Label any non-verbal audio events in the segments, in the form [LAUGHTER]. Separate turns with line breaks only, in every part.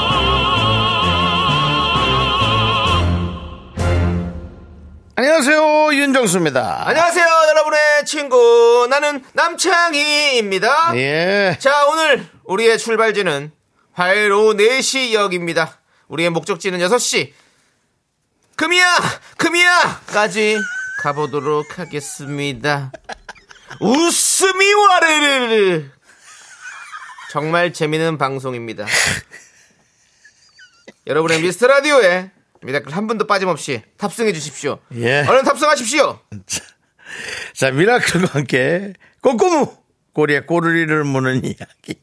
안녕하세요 윤정수입니다.
안녕하세요, 여러분의 친구. 나는 남창희입니다.
예.
자, 오늘 우리의 출발지는 화요일 오후 4시 역입니다. 우리의 목적지는 6시. 금이야! 금이야! 까지 가보도록 하겠습니다. 웃음이 와르르! 정말 재미있는 방송입니다. 여러분의 미스터 라디오에 미라클 한 분도 빠짐없이 탑승해 주십시오.
예.
얼른 탑승하십시오!
자 미라클과 함께 꼬꼬무 꼬리에 꼬르리를 무는 이야기.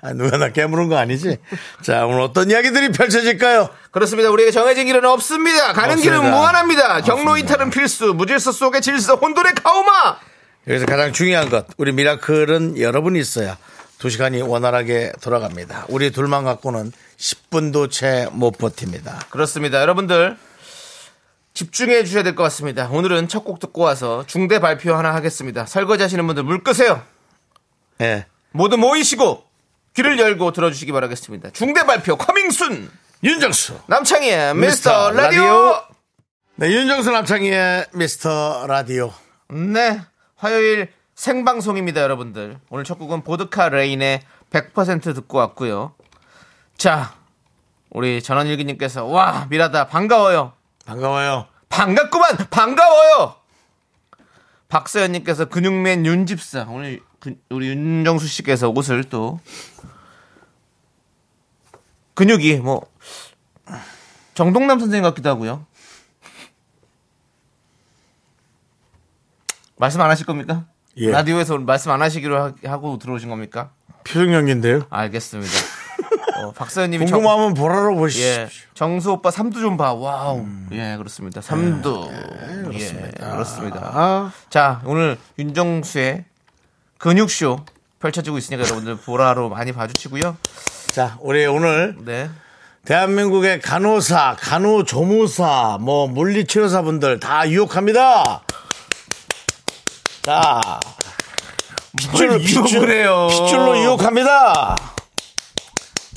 아 누가 나 깨무는 거 아니지? 자 오늘 어떤 이야기들이 펼쳐질까요?
그렇습니다. 우리에게 정해진 길은 없습니다. 가는
없습니다.
길은 무한합니다. 경로
없습니다.
이탈은 필수. 무질서 속의 질서. 혼돈의 카오마.
여기서 가장 중요한 것 우리 미라클은 여러분이 있어야 두 시간이 원활하게 돌아갑니다. 우리 둘만 갖고는 10분도 채 못 버팁니다.
그렇습니다. 여러분들 집중해 주셔야 될 것 같습니다. 오늘은 첫 곡 듣고 와서 중대 발표 하나 하겠습니다. 설거지 하시는 분들 물 끄세요.
예.
모두 모이시고 귀를 열고 들어주시기 바라겠습니다. 중대 발표 커밍순
윤정수
남창희의 미스터
미스터
라디오.
라디오. 네, 윤정수 남창희의 미스터 라디오.
네. 화요일 생방송입니다, 여러분들. 오늘 첫 곡은 보드카 레인의 100% 듣고 왔고요. 자, 우리 전원일기님께서 와 미라다 반가워요.
반가워요.
반갑구만 반가워요. 박서연님께서 근육맨 윤집사 오늘 그- 우리 윤정수 씨께서 옷을 또 근육이 뭐 정동남 선생님 같기도 하고요. 말씀 안 하실 겁니까?
예.
라디오에서 오늘 말씀 안 하시기로 하- 하고 들어오신 겁니까?
표정 연기인데요.
알겠습니다. 어, 박서연님이 정-
[LAUGHS] 궁금하면 보라로
예.
보시죠.
정수 오빠 삼두 좀 봐. 와우. 예, 그렇습니다. 삼두. 그렇습니다. 예, 그렇습니다.
아,
자, 오늘 윤정수의 근육쇼 펼쳐지고 있으니까 여러분들 보라로 많이 봐주시고요.
자, 우리 오늘
네.
대한민국의 간호사, 간호조무사, 뭐 물리치료사분들 다 유혹합니다. 자, 핏줄로
뭘 유혹을 해요.
핏줄로 유혹합니다.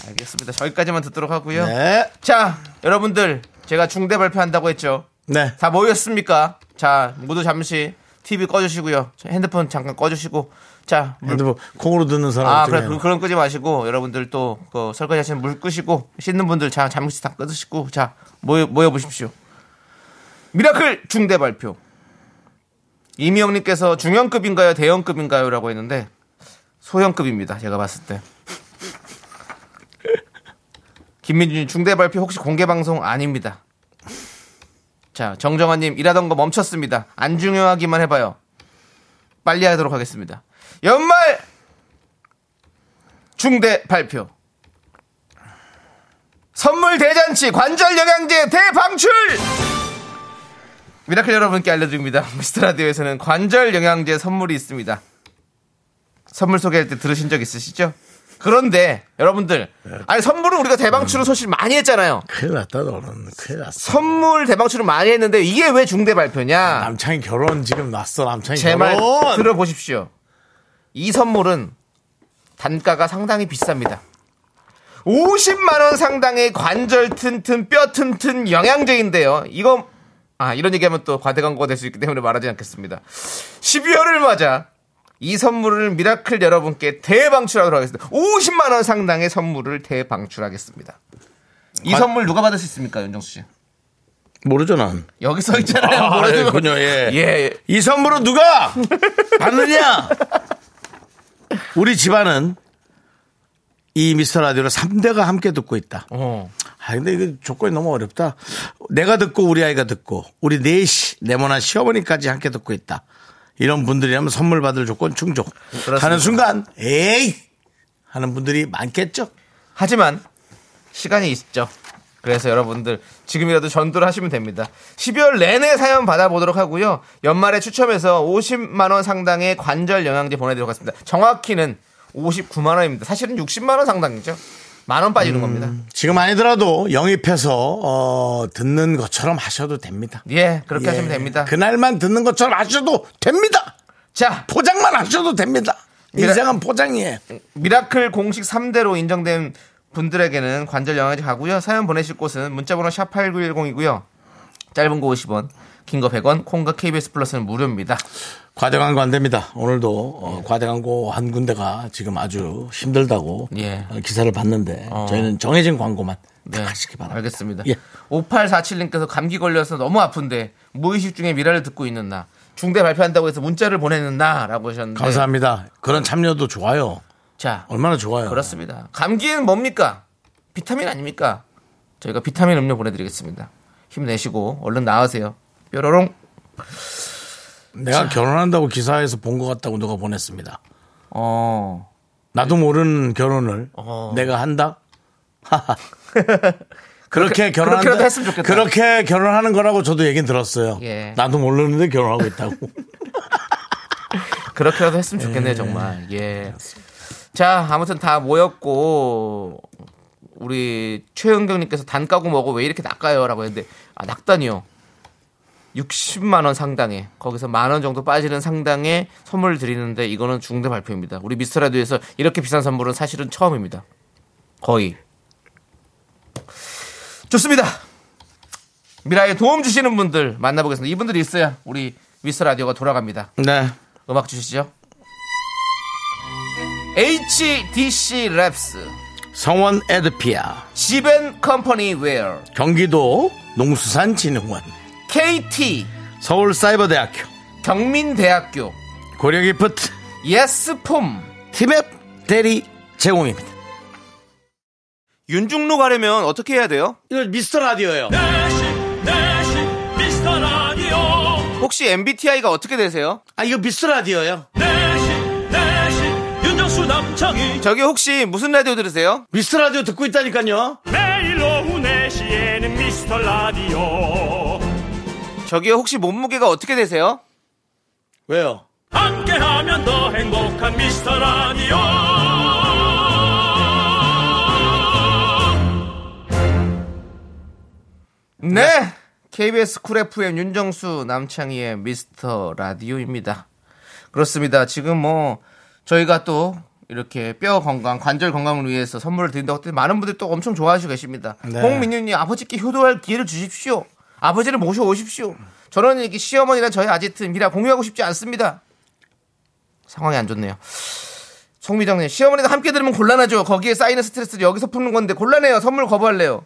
알겠습니다. 저기까지만 듣도록 하고요.
네,
자, 여러분들 제가 중대 발표한다고 했죠.
네,
다 모였습니까? 자, 모두 잠시 TV 꺼주시고요. 저 핸드폰 잠깐 꺼주시고. 자, 물
근데 뭐 콩으로 듣는 사람
아,
어떻게
그래,
해요?
그, 그런 끄지 마시고, 여러분들 또, 그, 설거지 하시는 물 끄시고, 씻는 분들 자, 잠시 다 끄시고, 자, 모여, 모여보십시오. 미라클 중대 발표. 이미영님께서 중형급인가요? 대형급인가요? 라고 했는데, 소형급입니다. 제가 봤을 때. 김민준님 중대 발표 혹시 공개 방송 아닙니다. 자, 정정환님 일하던 거 멈췄습니다. 안 중요하기만 해봐요. 빨리 하도록 하겠습니다. 연말 중대 발표. 선물 대잔치 관절 영양제 대방출! 미라클 여러분께 알려드립니다. [LAUGHS] 미스터 라디오에서는 관절 영양제 선물이 있습니다. 선물 소개할 때 들으신 적 있으시죠? 그런데 여러분들, 아니 선물은 우리가 대방출을 소식 많이 했잖아요.
큰일 났다, 너는. 큰일 났어.
선물 대방출을 많이 했는데 이게 왜 중대 발표냐?
남창이 결혼 지금 났어, 남창이
제 말
결혼.
들어보십시오. 이 선물은 단가가 상당히 비쌉니다. 50만원 상당의 관절 튼튼, 뼈 튼튼 영양제인데요. 이거, 아, 이런 얘기하면 또 과대광고가 될 수 있기 때문에 말하지 않겠습니다. 12월을 맞아 이 선물을 미라클 여러분께 대방출하도록 하겠습니다. 50만원 상당의 선물을 대방출하겠습니다. 이 선물 누가 받을 수 있습니까, 윤정수 씨?
모르죠, 난.
여기 써 있잖아요.
아,
뭐라도.
그렇군요, 예.
예, 예.
이 선물은 누가 받느냐? 우리 집안은 이 미스터 라디오를 3대가 함께 듣고 있다.
어.
아, 근데 이거 조건이 너무 어렵다. 내가 듣고 우리 아이가 듣고 우리 넷이 네모난 시어머니까지 함께 듣고 있다. 이런 분들이라면 선물 받을 조건 충족.
그렇습니다.
하는 순간 에이 하는 분들이 많겠죠.
하지만 시간이 있죠. 그래서 여러분들 지금이라도 전도를 하시면 됩니다. 12월 내내 사연 받아보도록 하고요. 연말에 추첨해서 50만 원 상당의 관절 영양제 보내드리도록 하겠습니다. 정확히는 59만 원입니다. 사실은 60만 원 상당이죠. 만 원
음.
빠지는 겁니다.
지금 아니더라도 영입해서 어, 듣는 것처럼 하셔도 됩니다.
예, 그렇게
예.
하시면 됩니다.
그날만 듣는 것처럼 하셔도 됩니다.
자,
포장만 하셔도 됩니다.
미라-
인생은 포장이에요.
미라클 공식 3대로 인정된 분들에게는 관절 영양제 가고요. 사연 보내실 곳은 문자번호 샵 8910이고요. 짧은 거 50원, 긴 거 100원, 콩과 KBS 플러스는 무료입니다.
과대광고 안 됩니다. 오늘도 어, 과대광고 한 군데가 지금 아주 힘들다고
예. 네.
어, 기사를 봤는데 저희는 정해진 광고만 딱 하시기 바랍니다.
알겠습니다.
예.
5847님께서 감기 걸려서 너무 아픈데 무의식 중에 미라를 듣고 있는 나. 중대 발표한다고 해서 문자를 보내는 나라고 하셨는데
감사합니다. 그런 참여도 좋아요.
자,
얼마나 좋아요.
그렇습니다. 감기는 뭡니까? 비타민 아닙니까? 저희가 비타민 음료 보내드리겠습니다. 힘내시고 얼른 나으세요. 뾰로롱.
내가 결혼한다고 기사에서 본 것 같다고 누가 보냈습니다.
어.
나도 모르는 결혼을
어.
내가 한다?
[LAUGHS]
하하. 그렇게 결혼한다.
그렇게라도 했으면 좋겠다.
그렇게 결혼하는 거라고 저도 얘긴 들었어요.
예.
나도 모르는데
[LAUGHS]
결혼하고 있다고.
그렇게라도 했으면 좋겠네요, 정말. 예. 자, 아무튼 다 모였고, 우리 최은경님께서 단 까고 먹어 왜 이렇게 낚아요? 라고 했는데, 아, 낙단이요. 60만원 상당의, 거기서 만 원 정도 빠지는 상당의 선물을 드리는데, 이거는 중대 발표입니다. 우리 미스터라디오에서 이렇게 비싼 선물은 사실은 처음입니다. 거의. 좋습니다. 미라에 도움 주시는 분들 만나보겠습니다. 이분들이 있어야 우리 미스터라디오가 돌아갑니다.
네.
음악 주시죠. HDC 랩스
성원 에드피아.
지벤 컴퍼니 웨어
경기도 농수산진흥원.
KT
서울사이버대학교.
경민대학교
고려기프트.
예스폼
티맵 대리 제공입니다.
윤중로 가려면 어떻게 해야 돼요?
이거 미스터 라디오예요.
네 내시 내시 미스터 라디오
혹시 MBTI가 어떻게 되세요?
아 이거 미스터 라디오예요.
네 내시 내시 윤정수 남창희
저기 혹시 무슨 라디오 들으세요?
미스터 라디오 듣고 있다니까요.
매일 오후 네시에는 미스터 라디오
저기 혹시 몸무게가 어떻게 되세요?
왜요?
함께하면 더 행복한 미스터 라디오
네! KBS 쿨 FM 윤정수 남창희의 미스터 라디오입니다. 그렇습니다. 지금 뭐 저희가 또 이렇게 뼈 건강, 관절 건강을 위해서 선물을 드린다고 했더니 많은 분들이 또 엄청 좋아하시고 계십니다.
네.
홍민윤님 아버지께 효도할 기회를 주십시오. 아버지를 모셔오십시오. 저는 이렇게 시어머니나 저희 아지트 미라 공유하고 싶지 않습니다. 상황이 안 좋네요. 송미정님 시어머니도 함께 들으면 곤란하죠. 거기에 쌓이는 스트레스를 여기서 푸는 건데 곤란해요. 선물 거부할래요.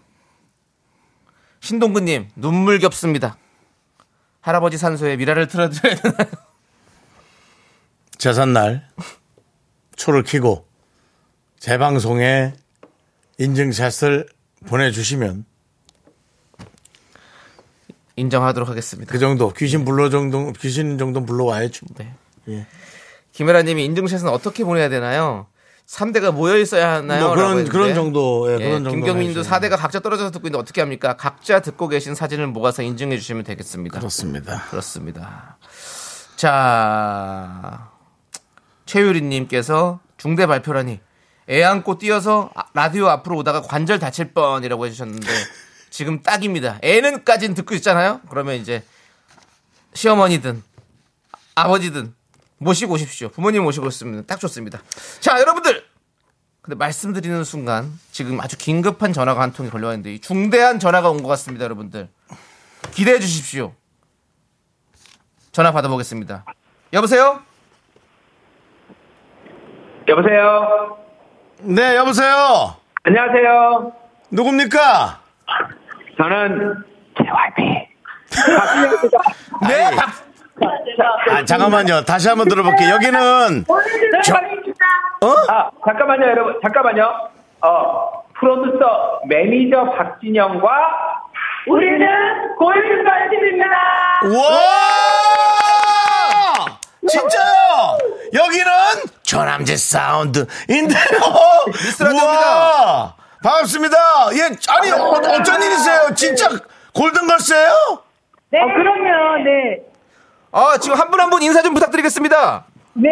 신동근님 눈물겹습니다. 할아버지 산소에 미라를 틀어드려야 되나요? [LAUGHS]
재산날 초를 키고 재방송에 인증샷을 보내주시면
인정하도록 하겠습니다.
그 정도 귀신 불러 정도 귀신 정도 불러와야죠.
네.
예.
김혜라님이 인증샷은 어떻게 보내야 되나요? 3대가 모여 있어야 하나요?
뭐
라고
그런
했는데.
그런 정도 예,
예,
그런 정도.
김경민도 4대가 각자 떨어져서 듣고 있는데 어떻게 합니까? 각자 듣고 계신 사진을 모아서 인증해 주시면 되겠습니다.
그렇습니다.
그렇습니다. 자, 최유리님께서 중대 발표라니 애 안고 뛰어서 아- 라디오 앞으로 오다가 관절 다칠 뻔이라고 해주셨는데 지금 딱입니다. 애는까진 듣고 있잖아요. 그러면 이제 시어머니든 아버지든 모시고 오십시오. 부모님 모시고 오시면 딱 좋습니다. 자, 여러분들. 근데 말씀드리는 순간 지금 아주 긴급한 전화가 한 통이 걸려왔는데 이 중대한 전화가 온 것 같습니다, 여러분들. 기대해 주십시오. 전화 받아보겠습니다. 여보세요?
여보세요.
네 여보세요.
안녕하세요.
누굽니까?
저는
네. 아, 잠깐만요. 다시 한번 들어볼게요. 여기는 어?
아 잠깐만요 여러분 잠깐만요. 어 프로듀서 매니저 박진영과 우리는 골든걸스입니다.
와! 진짜요? 여기는 조남지 사운드인데요. 어?
라디오입니다.
우와! 반갑습니다. 예, 아니, 어, 어쩐 일이세요? 진짜 골든걸스예요
네. 그럼요. 네.
아, 지금 한 분 한 분 인사 좀 부탁드리겠습니다.
네.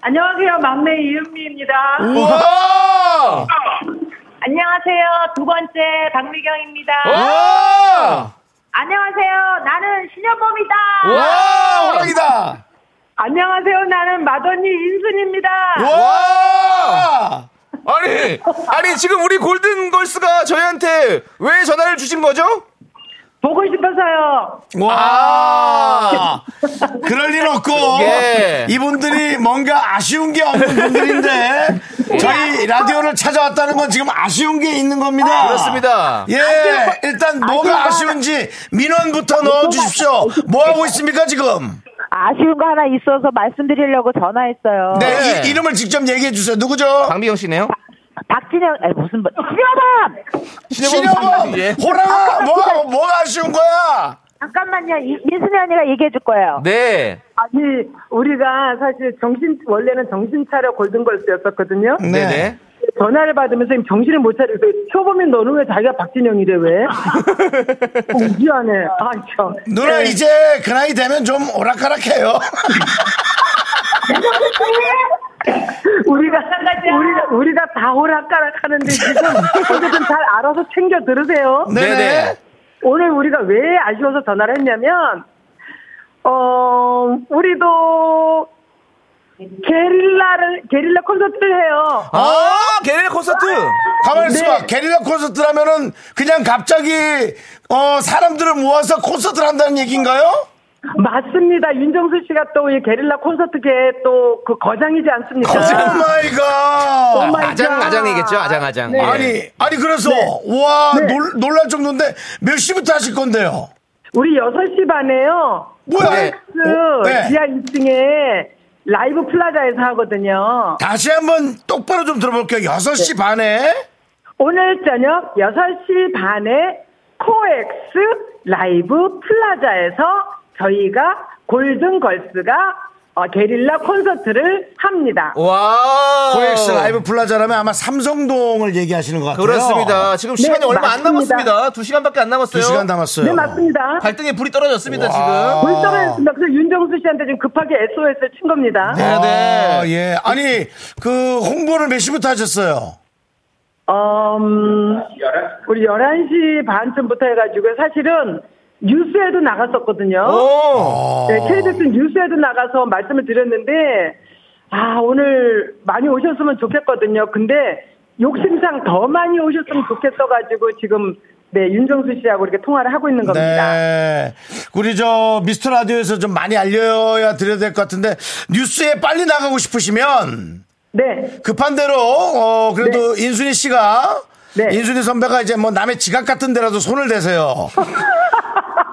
안녕하세요. 막내 이은미입니다.
우와!
안녕하세요. 두 번째 박미경입니다.
와!
안녕하세요. 나는 신현범이다.
와! 호랑이다!
안녕하세요. 나는 마더니 인순입니다.
와!
아니, 아니, 지금 우리 골든걸스가 저희한테 왜 전화를 주신 거죠?
보고 싶어서요.
와! 아. 그럴 일 없고
예.
이분들이 뭔가 아쉬운 게 없는 분들인데
예.
저희 라디오를 찾아왔다는 건 지금 아쉬운 게 있는 겁니다.
그렇습니다.
예, 일단 뭐가 아쉬운지 민원부터 넣어 주십시오. 뭐 하고 있습니까 지금?
아쉬운 거 하나 있어서 말씀드리려고 전화했어요.
네,
네.
이, 이름을 직접 얘기해 주세요. 누구죠?
박미경 씨네요.
박진영, 아니, 무슨, 뭐- 신현범!
신영범,
예.
호랑아, 뭐가 뭐가 아쉬운 거야?
잠깐만요. 이- 민순이 언니가 얘기해 줄 거예요.
네.
아니 우리가 사실 정신 원래는 정신 차려 골든걸스였었거든요.
네. 네
전화를 받으면서 지금 정신을 못 차리고 초범인 너는 왜 자기가 박진영이래
[LAUGHS]
왜? 어, 미안해. 아 참.
예.
누나
네.
이제 그 나이 되면 좀 오락가락해요. [LAUGHS]
우리가 우리가 우리가 다 호락가락하는데 지금 어쨌든 잘 알아서 챙겨 들으세요.
네네.
네네.
오늘 우리가 왜 아쉬워서 전화를 했냐면, 어, 우리도 게릴라를, 게릴라 콘서트를 해요.
아, 게릴 콘서트.
어?
네.
가만히 있어봐. 게릴라 콘서트라면은 그냥 갑자기 어 사람들을 모아서 콘서트를 한다는 얘기인가요?
맞습니다. 윤정수 씨가 또 이 게릴라 콘서트계의 또 그 거장이지 않습니까?
오 마이 갓.
마이
아장, 아장이겠죠? 아장, 아장.
네.
예.
아니 아니 그래서 와
네.
놀, 놀랄 정도인데 몇 시부터 하실 건데요?
우리 6시 반에요.
뭐야?
네.
그
어, 네.
지하 2층에 라이브 플라자에서 하거든요.
다시 한번 똑바로 좀 들어볼게요.
네.
6시 반에
오늘 저녁 6시 반에 코엑스 라이브 플라자에서 저희가 골든걸스가 어, 게릴라 콘서트를 합니다.
어, 와.
코엑스 라이브 플라자라면 아마 삼성동을 얘기하시는 것 같아요.
그렇습니다. 지금
네,
시간이 얼마 안
맞습니다.
남았습니다. 두 시간밖에 안 남았어요.
2시간 남았어요.
네, 맞습니다.
갈등에 불이 떨어졌습니다,
와.
지금.
골든걸스입니다. 그래서 윤정수 씨한테 좀 급하게 SOS를 친 겁니다.
네,
아,
네.
예. 아니 그 홍보를 몇 시부터 하셨어요?
어, 음, 우리 11시 반쯤부터 해가지고 사실은 뉴스에도 나갔었거든요.
오.
아,
네,
어.
KBS 뉴스에도 나가서 말씀을 드렸는데, 아, 오늘 많이 오셨으면 좋겠거든요. 근데 욕심상 더 많이 오셨으면 좋겠어가지고 지금 네, 윤정수 씨하고 이렇게 통화를 하고 있는 겁니다.
네. 우리 저 미스터 라디오에서 좀 많이 알려야 드려야 될 것 같은데 뉴스에 빨리 나가고 싶으시면
네.
급한 대로 어 그래도 인순이 씨가
네.
인순이 선배가 이제 뭐 남의 지갑 같은 데라도 손을
[LAUGHS]
대세요.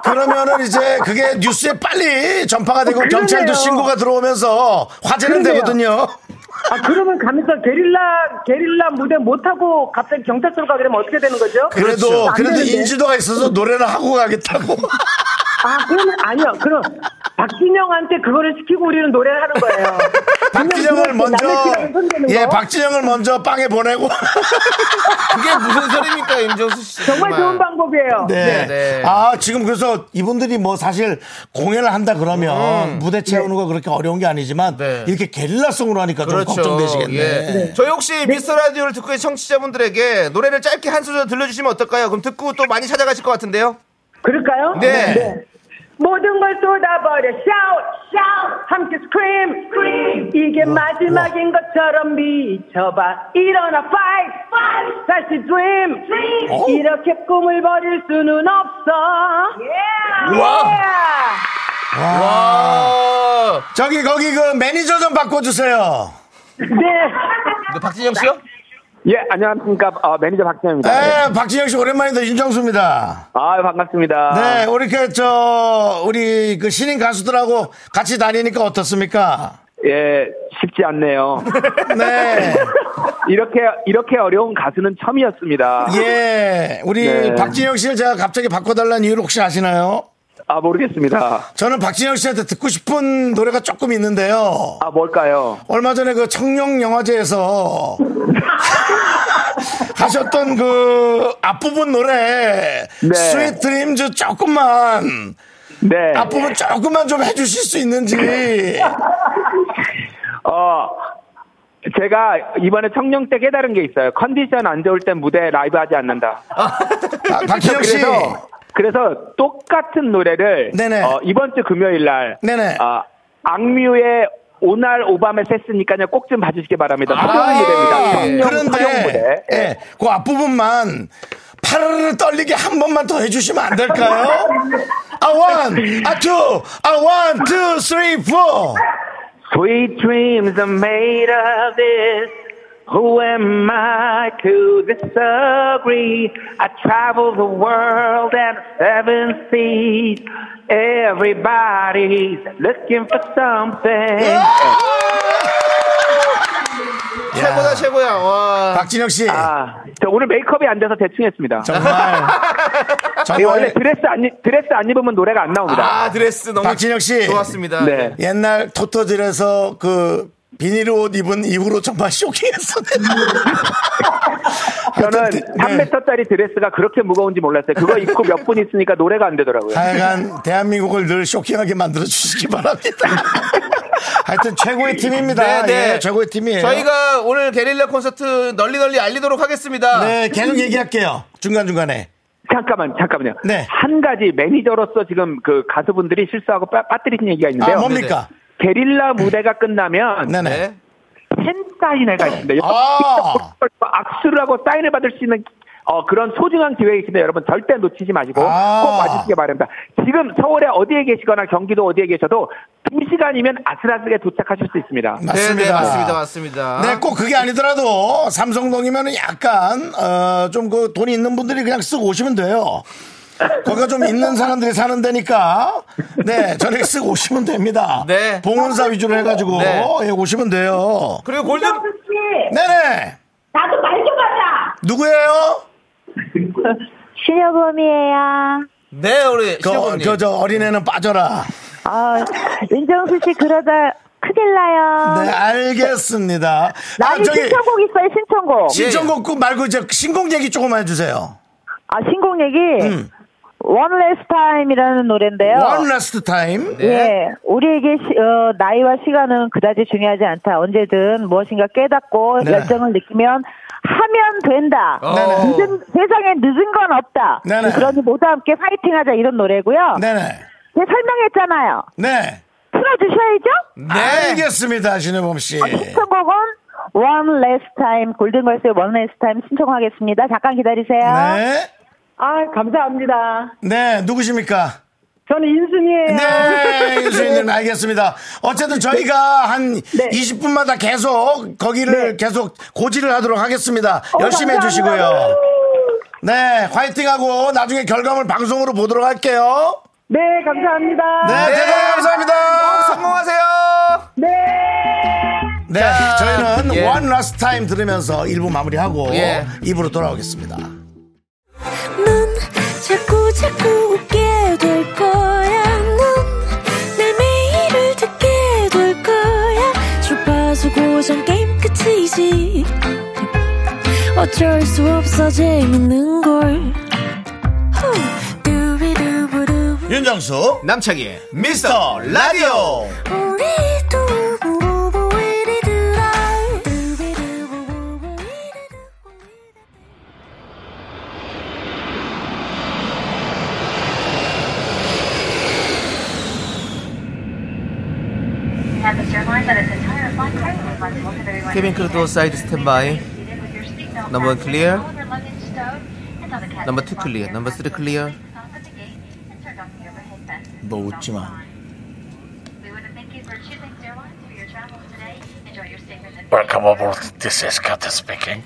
그러면은 이제 그게 뉴스에 빨리 전파가 되고
어,
경찰도
그러네요.
신고가 들어오면서 화제는
그러네요.
되거든요.
아, 그러면 가면서 게릴라, 게릴라 무대 못하고 갑자기 경찰서로 가게 되면 어떻게 되는 거죠? 그렇죠.
그래도
안
그래도
되는데.
인지도가 있어서 노래를 하고
[LAUGHS]
가겠다고.
아, 그러면 아니요. 그럼 박진영한테 그거를 시키고 우리는 노래를 하는
[LAUGHS]
거예요.
박진영을
그냥
먼저
남의 시간에 손대는
예
거.
박진영을 먼저 빵에
[LAUGHS]
보내고
그게 무슨 소리입니까, 임정수 씨.
정말 좋은 방법이에요.
네.
네, 네.
아, 지금 그래서 이분들이 뭐 사실 공연을 한다 그러면 무대
네.
채우는 거 그렇게 어려운 게 아니지만
음. 네.
이렇게 게릴라송으로 하니까
그렇죠.
좀 걱정되시겠네.
예. 저희 혹시 미스터 라디오를 듣고 계신 청취자분들에게 노래를 짧게 한 소절 들려주시면 어떨까요? 그럼 듣고 또 많이 찾아가실 것 같은데요.
그럴까요?
네.
모든 걸 쏟아버려 샤웃 샤웃 함께 스크림 스크림 이게 마지막인 것처럼 미쳐봐 일어나 파이트 파이트 다시 드림 드림
어?
이렇게 꿈을 버릴 수는 없어
와.
아, 저기 거기 그 매니저 좀 바꿔주세요.
네.
네,
이거 박진영 씨요?
예, 안녕하십니까. 어, 매니저 박진영입니다.
네, 박진영 씨 오랜만이다. 윤정수입니다.
아, 반갑습니다.
네, 우리 그저 우리 그 신인 가수들하고 같이 다니니까
[LAUGHS]
어떻습니까?
예, 쉽지
[LAUGHS]
않네요.
네,
이렇게, 이렇게 어려운 가수는 처음이었습니다.
예, 우리
네.
박진영 씨를 제가 갑자기 바꿔달라는 이유를 혹시 아시나요?
아, 모르겠습니다.
저는 박진영 씨한테 듣고 싶은 노래가 조금 있는데요.
아, 뭘까요?
얼마 전에 그 청룡 영화제에서 [LAUGHS] 하셨던 그 앞부분 노래
네.
스윗 드림즈 조금만
네.
앞부분 조금만 좀 해주실 수 있는지
어, 제가 이번에 청룡 때 깨달은 게 있어요. 컨디션 안 좋을 땐 무대에 라이브 하지 않는다.
박- 박진영 씨
그래서, 그래서 똑같은 노래를
네네.
어, 이번 주 금요일 날
네네.
아, 악뮤의 오날 오밤에 셌으니까요. 꼭 좀 봐주시기 바랍니다. 서경
아,
무대입니다. 성령 서경 무대.
그런데 예, 그 앞부분만 파르르 떨리게 한 번만 더 해주시면 안 될까요? 아 원, 아 투, 아 원, 투, 쓰리, 포.
Sweet dreams are made of this. Who am I to disagree? I travel the world and seven seas. Everybody's looking for something.
예.
최고다 최고야. 와.
박진영 씨
아, 저 오늘 메이크업이 안 돼서 대충 했습니다. [LAUGHS]
정말
이 원래 그
정말
드레스 안, 입- 드레스 안 입으면 노래가 안 나옵니다.
아 드레스 너무
박진영 씨
좋았습니다.
네.
예. 옛날 토토질에서 그 비닐 옷 입은 이후로 정말 쇼킹했어.
저는
어쨌든, 네.
3m짜리 드레스가 그렇게 무거운지 몰랐어요. 그거 입고 몇 분 있으니까 노래가 안 되더라고요.
아. 하여간 대한민국을 늘 쇼킹하게 만들어
[LAUGHS]
주시기 바랍니다. 하여튼 최고의 팀입니다. 예, 최고의 팀이에요.
네, 저희가 오늘 게릴라 콘서트 널리 널리 알리도록 하겠습니다.
네, 계속 얘기할게요. 중간 중간에.
잠깐만, 잠깐만요.
네.
한 가지 매니저로서 지금 그 가수분들이 실수하고 빠, 빠뜨리신 얘기가
아,
있는데요.
뭡니까?
게릴라 무대가 끝나면
네네.
네.
팬 사인회가 있습니다.
아,
악수를 하고 사인을 받을 수 있는 어, 그런 소중한 기회가 있습니다. 여러분 절대 놓치지 마시고
아.
꼭 와주시기 바랍니다. 지금 서울에 어디에 계시거나 경기도 어디에 계셔도 2시간이면 아슬아슬하게 도착하실 수 있습니다.
맞습니다.
네, 네, 맞습니다. 맞습니다.
네, 꼭 그게 아니더라도 삼성동이면 은 약간 어, 좀 그 돈이 있는 분들이 그냥 쓰고 오시면 돼요. 거기가 좀 있는 사람들이 사는 데니까 네 저녁에 쓰고 오시면 됩니다.
네.
봉은사 위주로 해가지고
네.
예, 오시면 돼요.
그리고 골든
네네
나도 말 좀 하자.
누구예요?
신여범이에요.
네 우리 시어머님.
그저 어린애는 빠져라.
아, 윤정수 씨 그러다 큰일 나요.
네
아.
알겠습니다.
나는
아 저기
뭐-
신청곡 있어요, 신청곡.
신청곡 그 말고 이제 신곡 얘기 조금만 해주세요.
아, 신곡 얘기.
음.
One Last Time이라는
네.
노래인데요.
One 네. last time.
네.
예, 우리에게 시- 어, 나이와 시간은 그다지 중요하지 않다. 언제든 무엇인가 깨닫고
네.
열정을 느끼면 하면 된다.
어.
네.
늦은- 세상에 늦은 건 없다.
네네.
그러니 모두 함께 파이팅하자 이런 노래고요.
네네
제가 설명했잖아요.
네.
틀어주셔야죠.
네.
알겠습니다, 신혜범 씨.
아, 신청곡은 One Last Time 골든걸스의 One Last Time 신청하겠습니다. 잠깐 기다리세요.
네.
아, 감사합니다.
네, 누구십니까?
저는 인순이에요.
네, 유수인님 알겠습니다. 어쨌든 저희가 한 20분마다 계속 거기를 계속 고지를 하도록 하겠습니다.
어,
열심히 해주시고요. 네, 화이팅하고 나중에 결과물 방송으로 보도록 할게요.
네, 감사합니다.
네, 대단히
꼭
감사합니다.
성공하세요.
네,
자,
저희는
예.
One Last Time 들으면서 1부 마무리하고
예.
2부로 돌아오겠습니다.
넌 자꾸 자꾸 웃게 될 거야. 넌내 매일을 듣게 될 거야. 주파수 고정 게임 끝이지. 어쩔 수 없어 재밌는 걸. 후. 두비두부두.
윤정수,
남창희
미스터 라디오.
우리 두부부부 우리들아. 두비두부부부 우리들아.
케빈 크루도 사이드 스탠바이. Number one clear. Number two clear. Number three clear.
너 웃지 마. Welcome aboard. This is Kata speaking.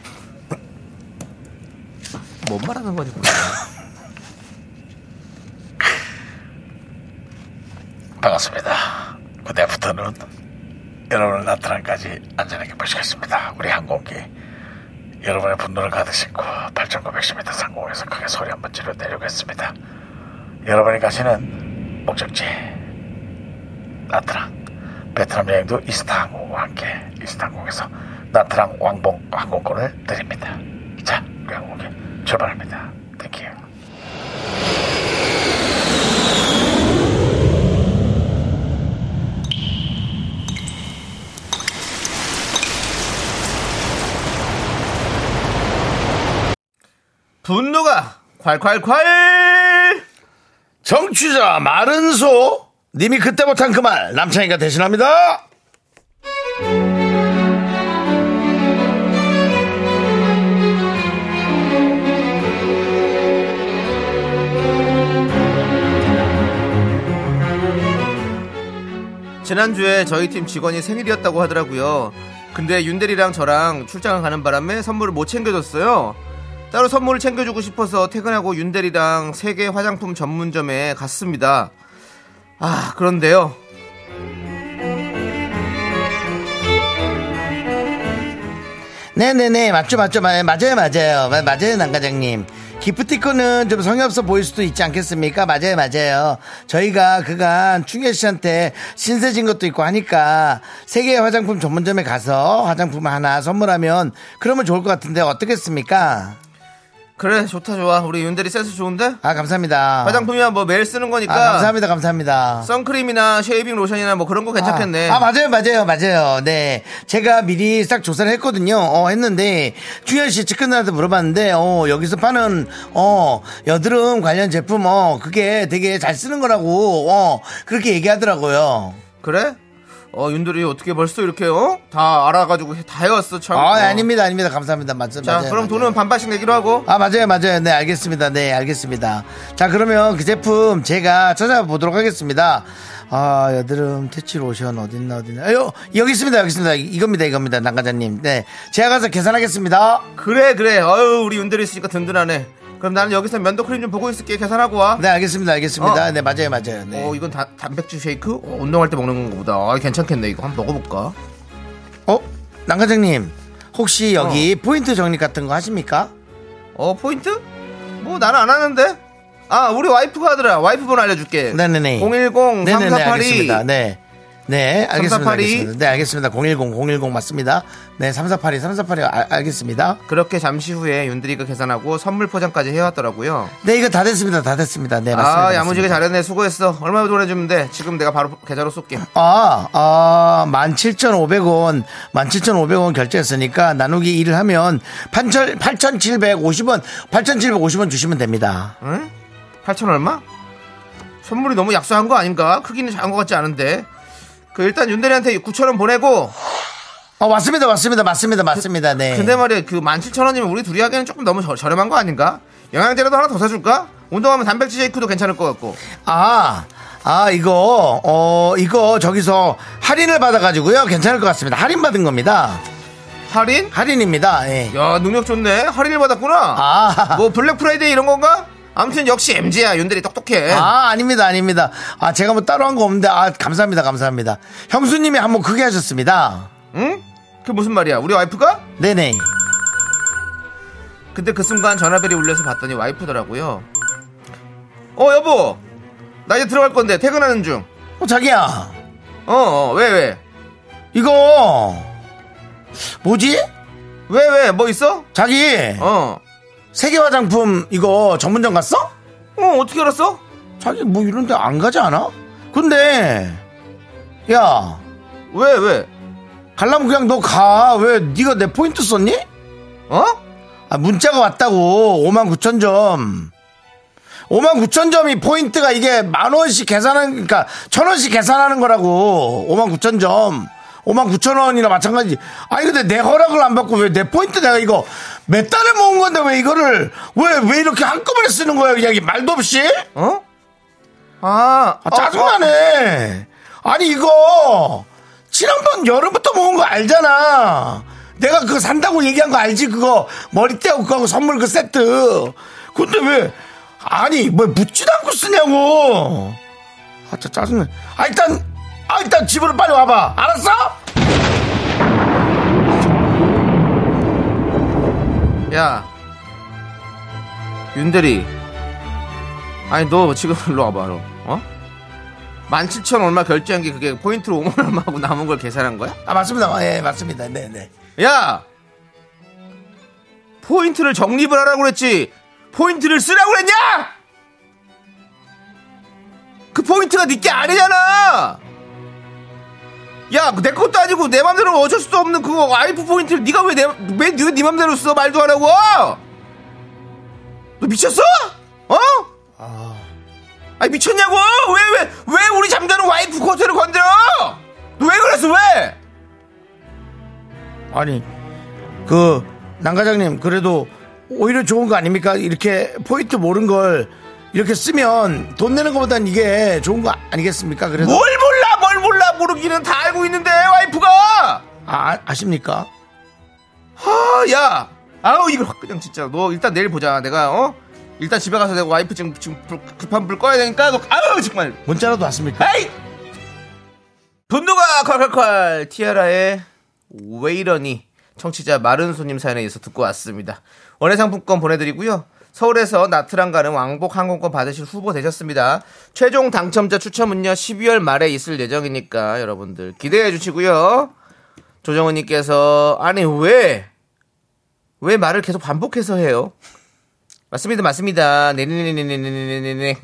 뭔 말하는 거지?
반갑습니다. 그때부터는 여러분을 나트랑까지 안전하게 모시겠습니다. 우리 항공기 여러분의 분노를 가득 싣고 8,910m 상공에서 크게 소리 한번 지르 내려오겠습니다. 여러분이 가시는 목적지 나트랑 베트남 여행도 이스타 항공과 함께 이스타 항공에서 나트랑 왕복 항공권을 드립니다. 자
양국에 출발합니다. 땡큐.
분노가 콸콸콸
정취자 마른 소 님이 그때 못한 그 말 남창이가 대신합니다.
지난주에 저희 팀 직원이 생일이었다고 하더라고요. 근데 윤대리랑 저랑 출장을 가는 바람에 선물을 못 챙겨줬어요. 따로 선물을 챙겨주고 싶어서 퇴근하고 윤대리랑 세계 화장품 전문점에 갔습니다. 아, 그런데요.
네네네 맞죠 맞죠 마- 맞아요 맞아요 마- 맞아요 남과장님 기프티콘은 좀 성의 없어 보일 수도 있지 않겠습니까 맞아요 맞아요 저희가 그간 충현 씨한테 신세진 것도 있고 하니까 세계 화장품 전문점에 가서 화장품 하나 선물하면 그러면 좋을 것 같은데 어떻겠습니까
그래, 좋다, 좋아. 우리 윤대리 센스 좋은데?
아 감사합니다
화장품이야 뭐 매일 쓰는 거니까.
아 감사합니다 감사합니다
선크림이나 쉐이빙 로션이나 뭐 그런 거 괜찮겠네.
아, 아, 맞아요 맞아요 맞아요 네 제가 미리 싹 조사를 했거든요 어 했는데 주현 씨 측근들한테 물어봤는데 어 여기서 파는 어 여드름 관련 제품 어 그게 되게 잘 쓰는 거라고 어 그렇게 얘기하더라고요
그래? 어, 윤대리 어떻게 벌써 이렇게, 어? 다 알아가지고 다 해왔어, 참.
아
어.
아닙니다 아닙니다 감사합니다 맞죠
자,
맞아요,
그럼
맞아요.
돈은 반반씩 내기로 하고.
아 맞아요 맞아요 네 알겠습니다 네 알겠습니다 자 그러면 그 제품 제가 찾아보도록 하겠습니다 아 여드름 퇴치 로션 어딨나 어딨나 아, 요 여기 있습니다 여기 있습니다 이겁니다 이겁니다 남과장님 네 제가 가서 계산하겠습니다
그래 그래 어유 우리 윤대리 있으니까 든든하네 그럼 나는 여기서 면도 크림 좀 보고 있을게 계산하고 와
네 알겠습니다 알겠습니다
어.
네 맞아요 맞아요 네.
어 이건 다, 단백질 쉐이크? 어, 운동할 때 먹는 건가 보다 아 괜찮겠네 이거 한번 먹어볼까
어? 남과장님 혹시 여기 포인트 정립 같은 거 하십니까?
어 포인트? 뭐 나는 안 하는데 아 우리 와이프가 하더라 와이프 번호 알려줄게
네네네
010
네네네
3482
알겠습니다 네 네, 알겠습니다.
3482.
알겠습니다. 네, 알겠습니다. 010, 010 맞습니다. 네, 3482, 3482 아, 알겠습니다.
그렇게 잠시 후에 윤대리가 계산하고 선물 포장까지 해왔더라고요
네, 이거 다 됐습니다. 다 됐습니다. 네, 맞습니다.
아 야무지게
맞습니다.
잘했네 수고했어 얼마 보내주면 돼 지금 내가 바로 계좌로 쏠게
아, 아, 17,500원, 17,500원 결제했으니까 나누기 1을 하면 8,000, 8,750원, 8,750원 주시면 됩니다.
응? 8천 얼마? 선물이 너무 약소한 거 아닌가? 크기는 작은 것 같지 않은데. 그 일단 윤대리한테 9천 원 보내고.
어, 맞습니다. 맞습니다. 맞습니다. 맞습니다. 네.
근데 말이야 그 17,000원이면 우리 둘이 하기에는 조금 너무 저- 저렴한 거 아닌가? 영양제라도 하나 더 사줄까? 운동하면 단백질 쉐이크도 괜찮을 것 같고.
아, 아, 이거, 어, 이거 저기서 할인을 받아가지고요. 괜찮을 것 같습니다. 할인 받은 겁니다.
할인?
할인입니다. 예.
야 능력 좋네. 할인을 받았구나.
아.
뭐 블랙 프라이데이 이런 건가? 아무튼 역시 MG야 윤대리 똑똑해.
아, 아닙니다, 아닙니다. 아, 제가 뭐 따로 한 거 없는데, 아, 감사합니다, 감사합니다. 형수님이 한번 크게 하셨습니다.
응? 그게 무슨 말이야? 우리 와이프가?
네네.
근데 그 순간 전화벨이 울려서 봤더니 와이프더라고요. 어 여보, 나 이제 들어갈 건데 퇴근하는 중.
어, 자기야,
어, 어, 왜, 왜?
이거, 뭐지?
왜, 왜? 뭐 있어?
자기,
어.
세계 화장품 이거 전문점 갔어?
어, 어떻게 알았어?
자기 뭐 이런 데 안 가지 않아? 근데, 야,
왜, 왜?
갈라면 그냥 너 가. 왜 네가 내 포인트 썼니?
어?
아, 문자가 왔다고. 5만 9천 점. 5만 9천 점이 포인트가 이게 만 원씩 계산하는 그러니까 천 원씩 계산하는 거라고. 5만 9천 점. 5만 9천 원이나 마찬가지. 아니 근데 내 허락을 안 받고 왜 내 포인트 내가 이거 몇 달을 모은 건데 왜 이거를 왜 왜 이렇게 한꺼번에 쓰는 거야? 그냥 이 말도 없이?
어? 아,
아, 짜증나네. 아니 이거 지난번 여름부터 모은 거 알잖아. 내가 그거 산다고 얘기한 거 알지? 그거 머리 떼고 그거 하고 선물 그 세트. 근데 왜 아니 뭐 묻지도 않고 쓰냐고. 아, 진짜 짜증나. 아 일단 아 일단 집으로 빨리 와봐. 알았어?
어, 야. 윤대리. 아니, 너 지금 [LAUGHS] 일로 와봐, 너. 어? 17,000 얼마 결제한 게 그게 포인트로 5만 얼마하고 남은
어,
걸 계산한 거야?
네, 아 맞습니다. 아, 예 맞습니다. 네네.
야! 포인트를 정립을 하라고 그랬지 포인트를 쓰라고 그랬냐? 그 포인트가 니게 아니잖아. 야, 뭐 내 것도 아니고 내 맘대로 어쩔 수도 없는 그거 와이프 포인트를 네가 왜 내왜네 네 맘대로 써 말도 안 하고? 너 미쳤어? 어? 아, 니 미쳤냐고? 왜 왜 왜 우리 잠자는 와이프 코트를 건드려? 너 왜 그랬어 왜?
아니 그 남과장님 그래도 오히려 좋은 거 아닙니까? 이렇게 포인트 모른 걸 이렇게 쓰면 돈 내는 것보단 이게 좋은 거 아니겠습니까? 그래도
뭘 몰라 뭘 몰라 모르기는 다 알고 있는데 와이프가
아, 아- 아십니까?
아야 아우 이거 확 그냥 진짜 너 일단 내일 보자 내가 어 일단 집에 가서 내가 와이프 지금 지금 불- 급한 불 꺼야 되니까 너 아우 정말
문자라도 왔습니까?
에이 분노가 콸콸콸 티아라의 왜 이러니 청취자 마른 손님 사연에 의해서 듣고 왔습니다 원예 상품권 보내드리고요 서울에서 나트랑 가는 왕복 항공권 받으실 후보 되셨습니다 최종 당첨자 추첨은요 12월 말에 있을 예정이니까 여러분들 기대해 주시고요 조정은님께서 아니 왜 왜 말을 계속 반복해서 해요 맞습니다 맞습니다 네네네네네네네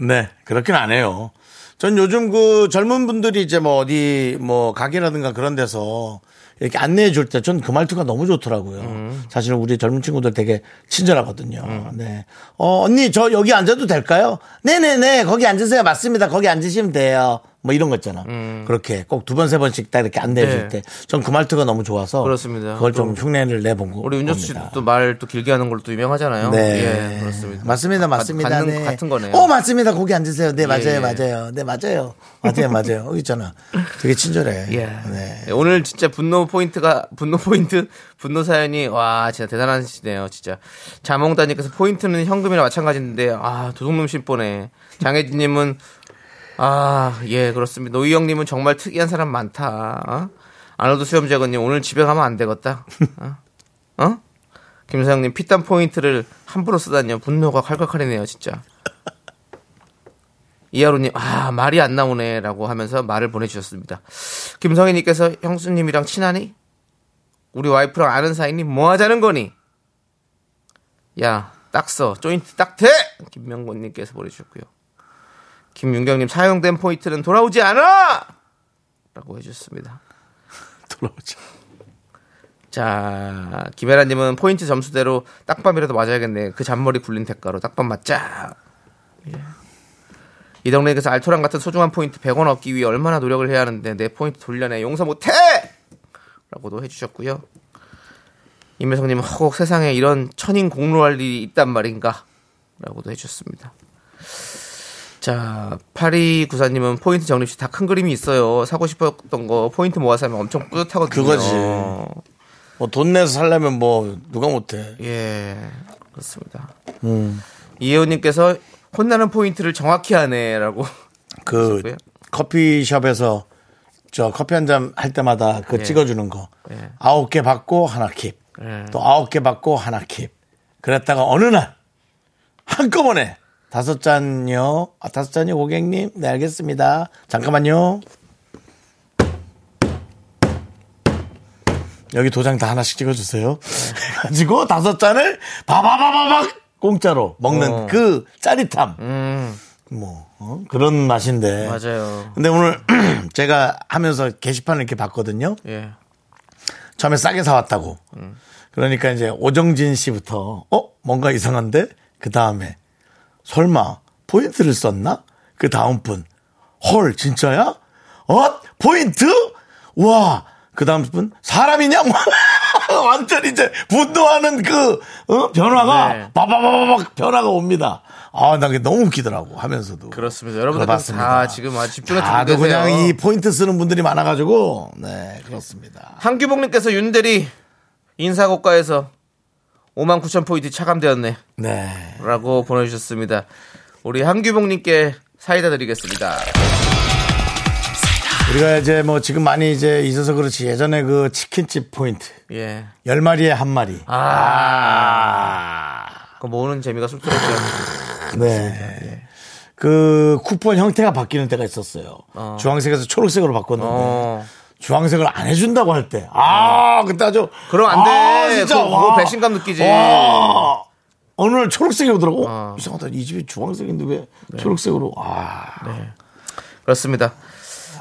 네, 그렇긴 안 해요. 전 요즘 그 젊은 분들이 이제 뭐 어디 뭐 가게라든가 그런 데서 이렇게 안내해 줄 때 전 그 말투가 너무 좋더라고요.
음.
사실은 우리 젊은 친구들 되게 친절하거든요. 네. 어, 언니 저 여기 앉아도 될까요? 네네네. 거기 앉으세요. 맞습니다. 거기 앉으시면 돼요. 뭐 이런 거 있잖아. 그렇게 꼭 두 번 세 번씩 딱 이렇게 안내해 줄
음. 네.
때 전 그 말투가 너무 좋아서
그렇습니다.
그걸 좀 흉내를 내본 거.
우리 윤정수 씨도
겁니다.
또 말 또 길게 하는 걸로 또 유명하잖아요.
네.
예, 그렇습니다.
맞습니다.
가-
맞습니다.
같은,
네.
같은 거네요.
어, 맞습니다. 거기 앉으세요. 네, 맞아요.
예.
맞아요. 네, 맞아요. 맞아요. 맞아요. 여기 있잖아. 되게 친절해.
[LAUGHS] 예.
네.
예, 오늘 진짜 분노 포인트가 분노 포인트 [LAUGHS] 분노 사연이 와 진짜 대단하시네요 진짜 자몽다님께서 포인트는 현금이나 마찬가지인데 아 도둑놈 심보네 장혜진님은 아 예 그렇습니다 노희영님은 정말 특이한 사람 많다 어? 아노드 수염재건님 오늘 집에 가면 안 되겠다 어? 어? 김사장님 피땀 포인트를 함부로 쓰다니요 분노가 칼칼칼이네요 진짜 이하로님 아 말이 안 나오네라고 하면서 말을 보내주셨습니다. 김성희님께서 형수님이랑 친하니? 우리 와이프랑 아는 사이니? 뭐 하자는 거니? 야, 딱 써. 조인트 딱 대! 김명곤님께서 보내주셨고요. 김윤경님, 사용된 포인트는 돌아오지 않아! 라고 해주셨습니다.
돌아오자.
자, 김혜라님은 포인트 점수대로 딱밤이라도 맞아야겠네. 그 잔머리 굴린 대가로 딱밤 맞자. 예. 이덕래님께서 알토란 같은 소중한 포인트 100원 얻기 위해 얼마나 노력을 해야 하는데 내 포인트 돌려내 용서 못해! 라고도 해주셨고요. 임혜성님은 허걱 세상에 이런 천인 공로할 일이 있단 말인가? 라고도 해주셨습니다. 자, 파리 구사님은 포인트 정립 시 다 큰 그림이 있어요. 사고 싶었던 거 포인트 모아서 하면 엄청 뿌듯하거든요.
그거지. 뭐 돈 내서 살려면 뭐 누가 못해.
예, 그렇습니다. 음. 이혜원님께서 혼나는 포인트를 정확히 하네라고.
그
있었고요.
커피숍에서 저 커피 한 잔 할 때마다 그 찍어주는 거.
예.
아홉 개 받고 하나 킵.
예.
또 아홉 개 받고 하나 킵. 그랬다가 어느 날 한꺼번에 다섯 잔요. 아, 다섯 잔요 고객님. 네 알겠습니다. 잠깐만요. 여기 도장 다 하나씩 찍어주세요. 해가지고 다섯 잔을 바바바바박 공짜로 먹는
어.
그 짜릿함.
음,
뭐 어? 그런
[LAUGHS]
맛인데.
맞아요.
근데 오늘 [CLEARS THROAT] 제가 하면서 게시판을 이렇게 봤거든요.
예.
처음에 싸게 사왔다고. 그러니까 이제 오정진 씨부터 어 뭔가 이상한데 그 다음에 설마 포인트를 썼나? 그 다음 분 헐 진짜야? 어 포인트? 와. 그 다음 분 사람이냐? [LAUGHS] 완전 이제 분노하는 그 어? 변화가
네.
바바바박 변화가 옵니다. 아, 나 그게 너무 웃기더라고 하면서도.
그렇습니다. 여러분들
그거 봤습니다.
다 지금 아주 집중해 듣고
다들
계세요.
그냥 이 포인트 쓰는 분들이 많아가지고 네 그렇습니다.
한규복님께서 윤대리 인사고가에서 5만 9천 포인트 차감되었네라고
네.
보내주셨습니다. 우리 한규복님께 사이다 드리겠습니다.
우리가 이제 뭐 지금 많이 이제 있어서 그렇지 예전에 그 치킨집 포인트
예.
열 마리에 한 마리.
아. 그 모으는 재미가 쏠쏠했죠.
네. 그 쿠폰 형태가 바뀌는 때가 있었어요. 주황색에서 초록색으로 바꿨는데
어.
주황색을 안 해준다고 할 때. 아, 그때 아주.
그럼 안 돼.
아, 진짜.
그거- 그거
와.
배신감 느끼지.
와. 어느 날 초록색이 오더라고. 어, 이상하다. 이 집이 주황색인데 왜 초록색으로. 아.
네. 그렇습니다.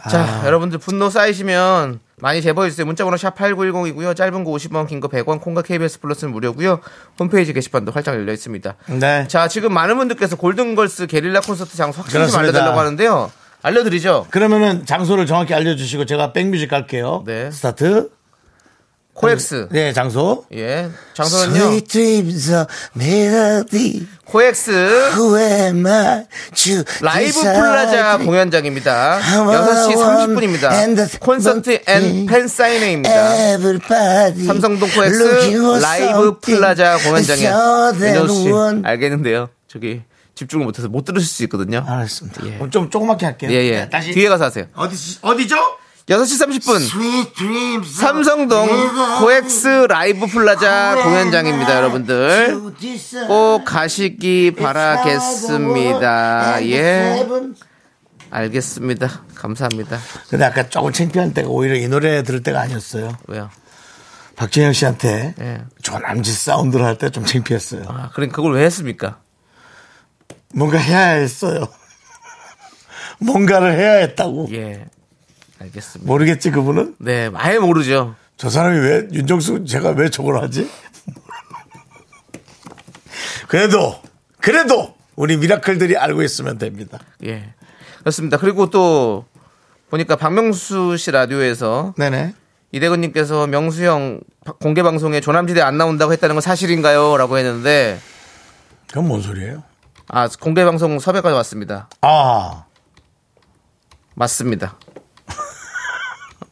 자, 여러분들 분노 쌓이시면 많이 제보해주세요. 문자번호 샵 8910이고요. 짧은 거 50원, 긴 거 100원, 콩과 KBS 플러스는 무료고요. 홈페이지 게시판도 활짝 열려 있습니다.
네.
자, 지금 많은 분들께서 골든걸스 게릴라 콘서트 장소 확실히 좀
그렇습니다.
알려달라고 하는데요. 알려드리죠.
그러면은 장소를 정확히 알려주시고 제가 백뮤직 갈게요.
네.
스타트.
코엑스.
네, 장소.
예. 장소는요.
Sweet dreams of melody.
코엑스
Who am I to
라이브
decide?
플라자 공연장입니다.
I'm
6시
and
30분입니다.
the-
콘서트 앤 팬사인회입니다.
Everybody
삼성동 코엑스
looking for
라이브
something
플라자 공연장에
so that
윤정수 씨
one-
알겠는데요. 저기 집중을 못해서 못 들으실 수 있거든요.
아, 알았습니다. 그럼 좀 조그맣게 할게요.
예. 예예.
네, 다시
뒤에 가서 하세요.
어디 어디죠?
6시 30분
Sweet dreams.
삼성동 코엑스 라이브 플라자 공연장입니다, 여러분들. 꼭 가시기 바라겠습니다. 예. 알겠습니다. 감사합니다.
근데 아까 조금 창피한 때가 오히려 이 노래 들을 때가 아니었어요.
왜요?
박진영 씨한테
예.
저 남짓 사운드를 할 때 좀 창피했어요.
아, 그럼 그걸 왜 했습니까?
뭔가 해야 했어요. [LAUGHS] 뭔가를 해야 했다고.
예. 알겠습니다.
모르겠지 그분은?
네, 아예 모르죠.
저 사람이 왜 윤정수 제가 왜 저걸 하지? [LAUGHS] 그래도 그래도 우리 미라클들이 알고 있으면 됩니다.
예. 그렇습니다. 그리고 또 보니까 박명수 씨 라디오에서
네네.
이대근님께서 명수 형 공개 방송에 조남지대 안 나온다고 했다는 건 사실인가요? 라고 했는데
그건 뭔 소리예요?
아 공개 방송 섭외가 왔습니다.
아
맞습니다. [LAUGHS]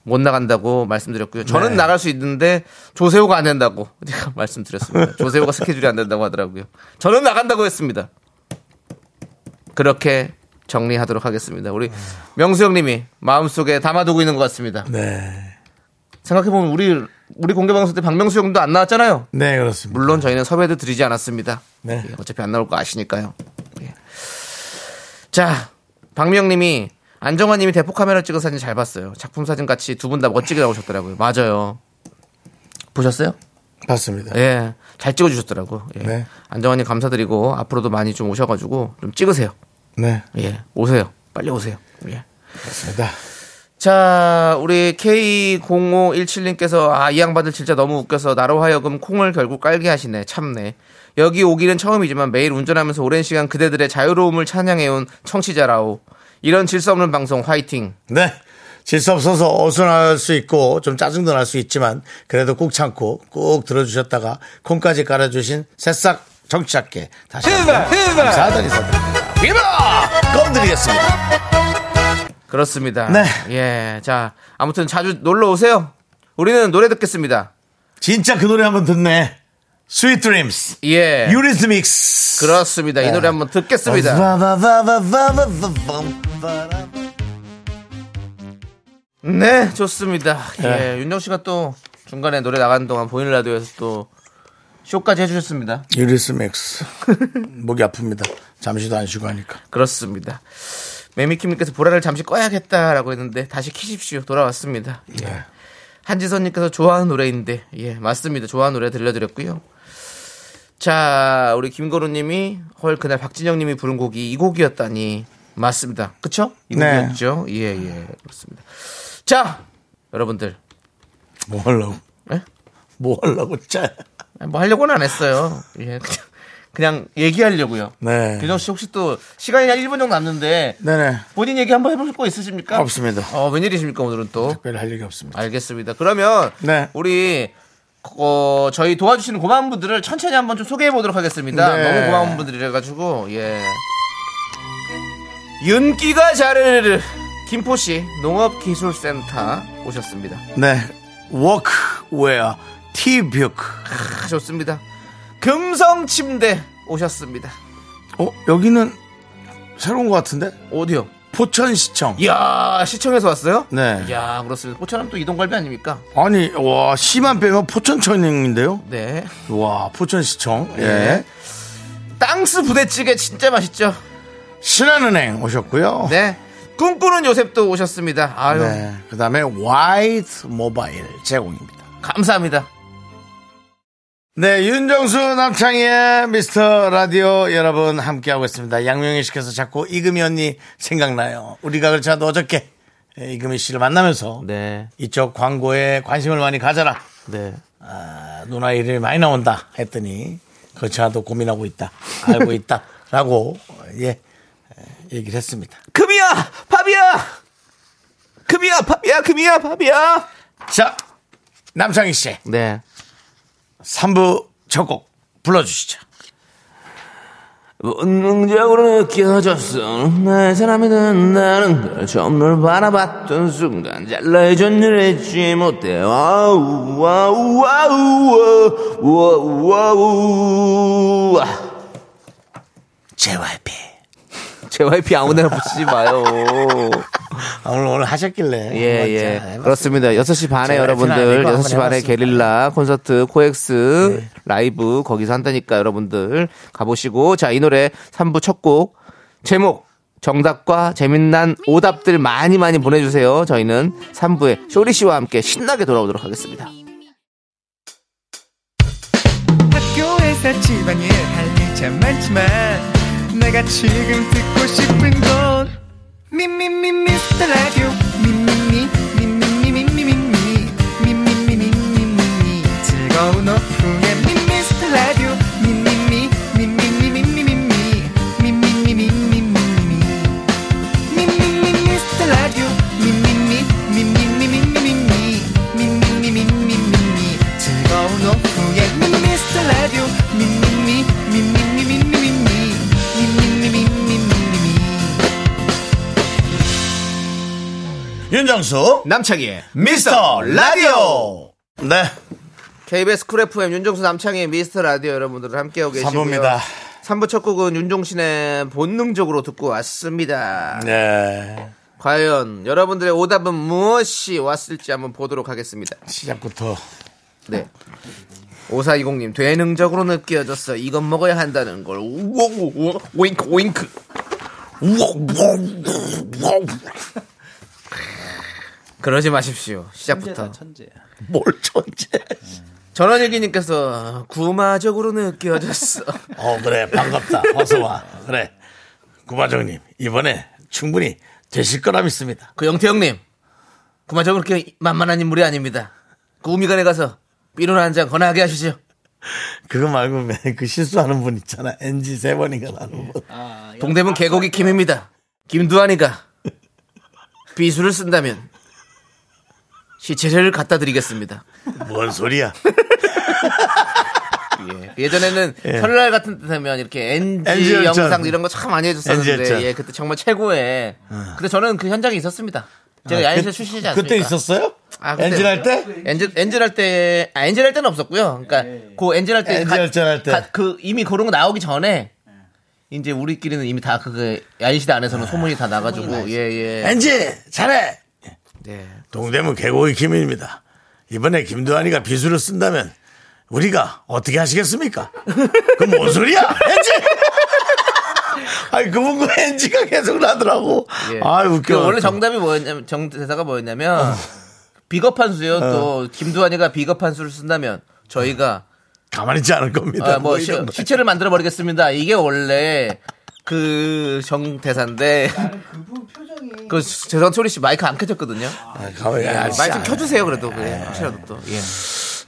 못 나간다고 말씀드렸고요. 저는
네.
나갈 수 있는데 조세호가 안 된다고 [LAUGHS] 제가 말씀드렸습니다. 조세호가 스케줄이 안 된다고 하더라고요. 저는 나간다고 했습니다. 그렇게 정리하도록 하겠습니다. 우리 명수 형님이 마음속에 담아두고 있는 것 같습니다.
네.
생각해보면 우리 우리 공개 방송 때 박명수 형도 안 나왔잖아요.
네 그렇습니다.
물론 저희는 섭외도 드리지 않았습니다.
네.
예, 어차피 안 나올 거 아시니까요. 예. 자, 박미영님이 안정환님이 대포 카메라 찍은 사진 잘 봤어요. 작품 사진 같이 두 분 다 멋지게 나오셨더라고요. 맞아요. 보셨어요?
봤습니다.
예, 잘 찍어주셨더라고. 예.
네.
안정환님 감사드리고 앞으로도 많이 좀 오셔가지고 좀 찍으세요.
네
예, 오세요. 빨리 오세요. 예.
맞습니다.
자, 우리 K0517님께서 아, 이 양반들 진짜 너무 웃겨서 나로 하여금 콩을 결국 깔게 하시네. 참네. 여기 오기는 처음이지만 매일 운전하면서 오랜 시간 그대들의 자유로움을 찬양해온 청취자라오. 이런 질서 없는 방송 화이팅.
네. 질서 없어서 어수선할 수 있고 좀 짜증도 날 수 있지만 그래도 꾹 참고 꾹 들어주셨다가 콩까지 깔아주신 새싹 정치자께 다시 한번 감사하다니 사드립니다. 비바! 껌 드리겠습니다.
그렇습니다.
네.
예. 자, 아무튼 자주 놀러 오세요. 우리는 노래 듣겠습니다.
진짜 그 노래 한번 듣네. Sweet Dreams.
예.
유리스믹스.
그렇습니다. 이 노래 한번
아,
듣겠습니다.
바바바바바바바바바바바바.
네, 좋습니다. 예. 윤정 씨가 또 중간에 노래 나가는 동안 보이는 라디오에서 또 쇼까지 해주셨습니다.
유리스믹스. 목이 아픕니다. 잠시도 안 쉬고 하니까.
그렇습니다. 매미킴님께서 보라를 잠시 꺼야겠다라고 했는데 다시 키십시오 돌아왔습니다. 예.
네.
한지선님께서 좋아하는 노래인데 예 맞습니다. 좋아하는 노래 들려드렸고요. 자 우리 김건우님이 헐 그날 박진영님이 부른 곡이 이 곡이었다니 맞습니다. 그쵸? 이
네.
곡이었죠. 예예 그렇습니다. 자 여러분들
뭐 하려고?
예?
뭐 하려고 짜.
뭐 하려고는 안 했어요. 예 그냥, 그냥 얘기하려고요.
네.
규정 씨 혹시 또 시간이 한 1분 정도 남는데
네네. 아,
본인 얘기 한번 해보실 거 있으십니까?
없습니다.
어, 웬일이십니까, 오늘은 또?
특별히 할 얘기 없습니다.
알겠습니다. 그러면,
네.
우리, 어, 저희 도와주시는 고마운 분들을 천천히 한번 좀 소개해 보도록 하겠습니다.
네.
너무 고마운 분들이라가지고, 예. 윤기가 자르르, 김포시 농업기술센터 오셨습니다.
네. 워크웨어 티뷰크.
아, 좋습니다. 금성침대 오셨습니다.
어, 여기는 새로운 것 같은데?
어디요?
포천시청.
이야, 시청에서 왔어요?
네.
이야, 그렇습니다. 포천은 또 이동갈비 아닙니까?
아니, 와, 시만 빼면 포천천행인데요?
네.
와, 포천시청.
예.
예.
땅스 부대찌개 진짜 맛있죠?
신한은행 오셨고요.
네. 꿈꾸는 요셉도 오셨습니다. 아유,
네. 그 다음에 와이드 모바일 제공입니다.
감사합니다.
네, 윤정수 남창희의 미스터 라디오 여러분 함께하고 있습니다. 양명희 씨께서 자꾸 이금희 언니 생각나요. 우리가 그렇지 않아도 어저께 이금희 씨를 만나면서
네,
이쪽 광고에 관심을 많이 가져라.
네.
아, 누나 일이 많이 나온다 했더니 그렇지 않아도 고민하고 있다.
[LAUGHS]
알고 있다. 라고 예, 예, 얘기를 했습니다.
금이야, 밥이야! 금이야, 밥이야, 금이야, 밥이야!
자, 남창희 씨
네.
3부 첫 곡 불러주시죠.
본능적으로 느껴졌어 나의 사람이 된다는 걸 처음 널 바라봤던 순간 잘라해준 일 잊지 못해 와우 와우 와우 와우 와우 [LAUGHS] 와우
JYP.
JYP 아무데나 붙이지 마요
아, 오늘, 오늘 하셨길래.
예,
한번
예.
자, 해봤-
그렇습니다. 6시 반에
제가
여러분들,
알지는 않으니까
6시 반에
한번 해봤습니다.
게릴라 콘서트 코엑스 라이브 거기서 한다니까 여러분들 가보시고. 자, 이 노래 3부 첫 곡. 제목. 정답과 재미난 오답들 많이 많이 보내주세요. 저희는 3부에 쇼리 씨와 함께 신나게 돌아오도록 하겠습니다.
학교에서 집안일 할 일 참 많지만 내가 지금 듣고 싶은 건 미미미 미스터 라디오 미미미 미미미 미미미 미미미 미미미 즐거운 오후에 미스터 라디오 미미미 미미미 미미미 미미미 미미미
윤정수.
남창희의
미스터 라디오. 네.
KBS 쿨 FM 윤종수 남창희의 미스터 라디오 여러분들 함께하고 계시고요.
3부입니다.
3부 첫 곡은 윤종신의 본능적으로 듣고 왔습니다.
네.
과연 여러분들의 오답은 무엇이 왔을지 한번 보도록 하겠습니다.
시작부터.
네. 5420님, 되능적으로 느껴졌어. 이건 먹어야 한다는 걸. 우와, 우와, 오잉크, 오잉크. 우와, 우와, 우와, 우와. 그러지 마십시오. 시작부터.
뭘 존재.
전원일기님께서 구마적으로 느껴졌어.
어, 그래. 반갑다. 어서 와. 그래. 구과장님, 이번에 충분히 되실 거라 믿습니다.
그 영태형님, 구마적으로 그렇게 만만한 인물이 아닙니다. 그 우미관에 가서 삐로나 한잔 건하게 하시죠.
그거 말고 맨그 실수하는 분 있잖아. NG 세 번인가 나는 뭐. 분.
동대문 개고기 김입니다. 김두한이가 비수를 쓴다면 시체를 갖다 드리겠습니다.
뭔 소리야.
예. 전에는
예.
설날 같은 때 되면 이렇게 NG,
NG 열전.
영상 이런 거 참 많이
NG 열전. 어.
해줬었는데 예, 그때 정말 최고의 근데 저는 그 현장에 있었습니다. 제가 야인시대 아, 출신이지 않습니까?
아, 그때 있었어요?
아, 그때-
엔진 할 때?
엔젤, 엔젤 할 때, 아, 엔젤 할 때는 없었고요. 그러니까, 그 엔젤 할 때.
엔젤
가-
열전 할 때.
가- 그, 이미 그런 거 나오기 전에, 이제 우리끼리는 이미 다 그게, 야인시대 안에서는 소문이 다 나가지고, 예, 예.
아. 엔지 잘해.
네.
동대문 개고의 김입니다. 이번에 김두한이가 비수를 쓴다면 우리가 어떻게 하시겠습니까? 그뭔 소리야?
[LAUGHS]
엔지! 아니 그분 그 엔지가 계속 나더라고.
예.
아 웃겨.
그 원래 정답이 뭐였냐면, 정, 대사가 뭐였냐면, 비겁한 수요, 또, 김두한이가 비겁한 수를 쓴다면, 저희가,
가만히 있지 않을 겁니다.
아, 뭐, 시,
어. 이런 거.
체를 만들어 버리겠습니다. 이게 원래, 그, 정 대사인데. 그, 죄송한 소리 씨 마이크 안 켜졌거든요.
아, 가만히 아,
마이크 좀
아,
예, 켜주세요, 그래도. 그래. 혹시라도 또. 예.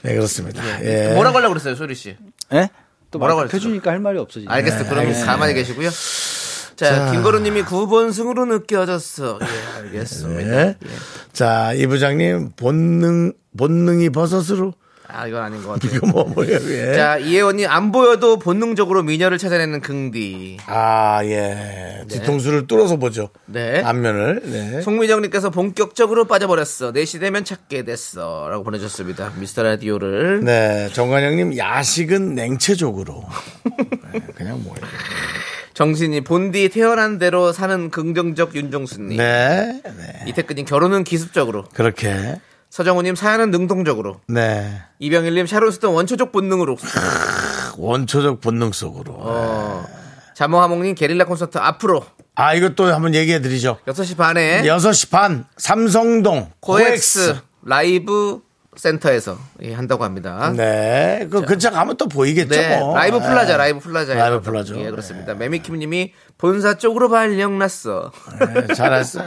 네 그렇습니다. 예.
뭐라고 하려고 그랬어요, 소리 씨?
예? 또
뭐라고
뭐라고 해주니까 할 말이 없어지네.
알겠어. 그럼 가만히 계시고요. 자, 김거루 님이 9번승으로 느껴졌어. 예, 알겠습니다.
예. 자, 이 부장님 본능 본능이 버섯으로
아, 이건 아닌 것 같아요.
이거 뭐 뭐예요? 예.
자, 이혜원님, 안 보여도 본능적으로 미녀를 찾아내는 긍디.
아, 예. 뒤통수를 뚫어서 보죠.
네.
안면을. 네.
송민정님께서 본격적으로 빠져버렸어. 4시 되면 찾게 됐어. 라고 보내주셨습니다. 미스터 라디오를.
네, 정관영님 야식은 냉체적으로 네, 그냥 뭐예요?
정신이 본디 태어난 대로 사는 긍정적 윤종수님.
네, 네,
이태근님, 결혼은 기습적으로.
그렇게
서정우님, 사연은 능동적으로.
네
이병일님 샤론스톤 원초적 본능으로
원초적 본능 속으로.
어, 자몽하몽님 게릴라 콘서트 앞으로
아, 이것도 한번 얘기해 드리죠.
6시 반에
6시 반, 삼성동,
코엑스 라이브 센터에서 예, 한다고 합니다.
네. 그 근처 가면 또 보이겠죠.
네,
뭐.
라이브
네.
플라자, 라이브 플라자.
라이브 네. 플라자.
예, 그렇습니다. 매미킴님이 본사 쪽으로 발령났어.
네, 잘했어.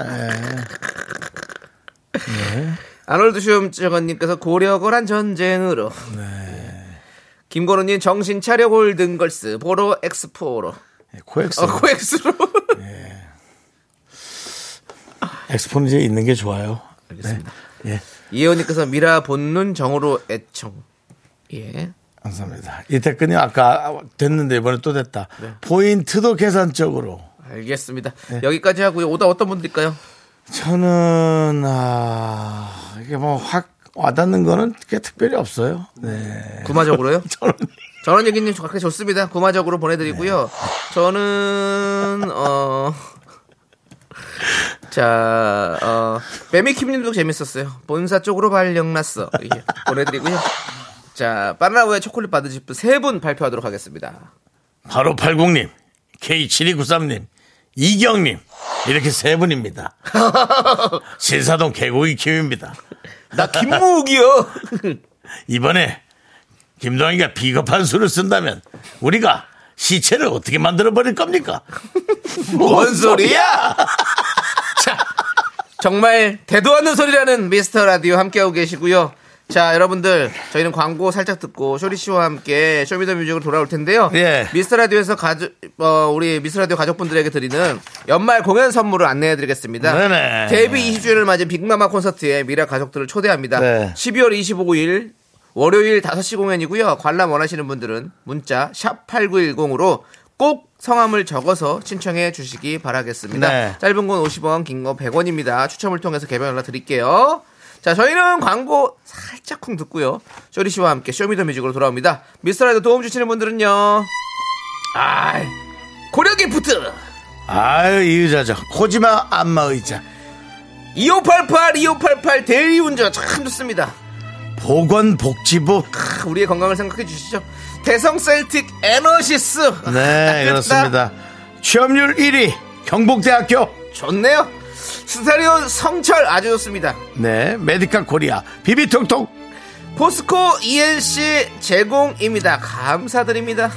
예.
아놀드 슈엄정원님께서 고려거란 전쟁으로.
네.
김건우님 정신 차려 골든 걸스 보로 엑스포로.
코엑스.
어, 코엑스로.
네. 엑스포니에 있는 게 좋아요.
알겠습니다.
네. 예.
이혜원님께서 미라 본눈 정으로 애청. 예.
감사합니다. 이태근이 아까 됐는데 이번에 또 됐다.
네.
포인트도 계산적으로.
알겠습니다.
네.
여기까지 하고요. 오다 어떤 분들일까요?
저는 아 이게 뭐 확 와닿는 거는 그게 특별히 없어요. 네.
구마적으로요? 저는 얘기님 그렇게 좋습니다. 구마적으로 보내드리고요. 저는 어. [LAUGHS] 자, 어, 매미킴님도 재밌었어요. 본사 쪽으로 발령났어. 예, 보내드리고요. 자, 바나나우의 초콜릿 받으실 분세 분 발표하도록 하겠습니다.
바로 80님, K7293님, 이경님 이렇게 세 분입니다. 신사동 개고기 키우입니다.
나 김무욱이요.
이번에 김동희가 비겁한 수를 쓴다면 우리가 시체를 어떻게 만들어 버릴 겁니까?
뭔 소리야? 자, 정말 대도 않는 소리라는 미스터 라디오 함께하고 계시고요. 자, 여러분들, 저희는 광고 살짝 듣고 쇼리 씨와 함께 쇼미더 뮤직으로 돌아올 텐데요.
예.
미스터 라디오에서 가족, 어, 우리 미스터 라디오 가족분들에게 드리는 연말 공연 선물을 안내해 드리겠습니다.
네네.
데뷔 20주년을 맞은 빅마마 콘서트에 미라 가족들을 초대합니다.
네.
12월 25일 월요일 5시 공연이고요. 관람 원하시는 분들은 문자 샵 8910으로 꼭 성함을 적어서 신청해 주시기 바라겠습니다.
네.
짧은 건 50원, 긴 거 100원입니다. 추첨을 통해서 개별 연락 드릴게요. 자, 저희는 광고 살짝쿵 듣고요. 쇼리 씨와 함께 쇼미더뮤직으로 돌아옵니다. 미스터라이더 도움 주시는 분들은요. 아, 고려기프트
아유 이 의자죠. 코지마 안마 의자.
2588 2588 대리운전 참 좋습니다.
보건복지부.
크, 우리의 건강을 생각해 주시죠. 대성 셀틱 에너시스. [LAUGHS] 따뜻하다.
네 그렇습니다. 취업률 1위 경북대학교.
좋네요. 스타리온 성철 아주 좋습니다.
네 메디카 코리아 비비톡톡.
포스코 ENC 제공입니다. 감사드립니다.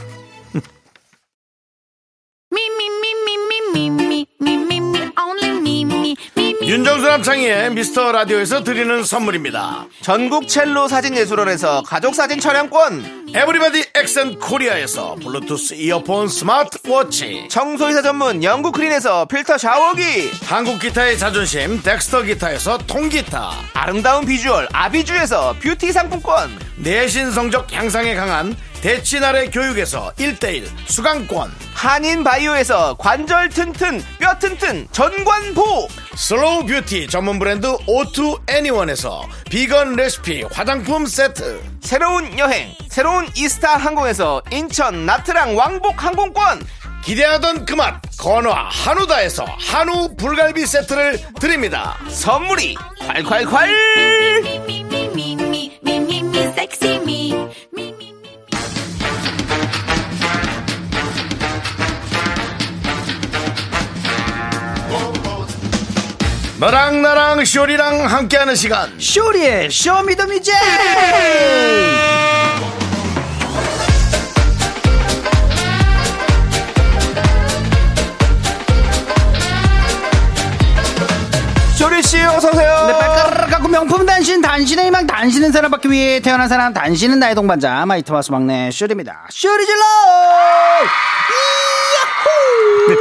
윤정수 남창희의 미스터 라디오에서 드리는 선물입니다.
전국 첼로 사진 예술원에서 가족 사진 촬영권,
에브리바디 엑센 코리아에서 블루투스 이어폰 스마트워치.
청소이사 전문 영국 크린에서 필터 샤워기,
한국 기타의 자존심 덱스터 기타에서 통기타.
아름다운 비주얼 아비주에서 뷰티 상품권,
내신 성적 향상에 강한 대치나래 교육에서 1대1 수강권.
한인 바이오에서 관절 튼튼, 뼈 튼튼, 전관보,
슬로우 뷰티 전문 브랜드 오투 애니원에서 비건 레시피 화장품 세트
새로운 여행, 새로운 이스타 항공에서 인천 나트랑 왕복 항공권,
기대하던 그 맛 건화 한우다에서 한우 불갈비 세트를 드립니다
선물이 콸콸콸!
너랑 나랑 쇼리랑 함께하는 시간
쇼리의 쇼미더뮤직
쇼리씨 어서오세요!
네, 빨가락하고 명품 단신 단신의 희망 단신은 사랑받기 위해 태어난 사람 단신은 나의 동반자 마이트마스 막내 쇼리입니다 쇼리질러
네.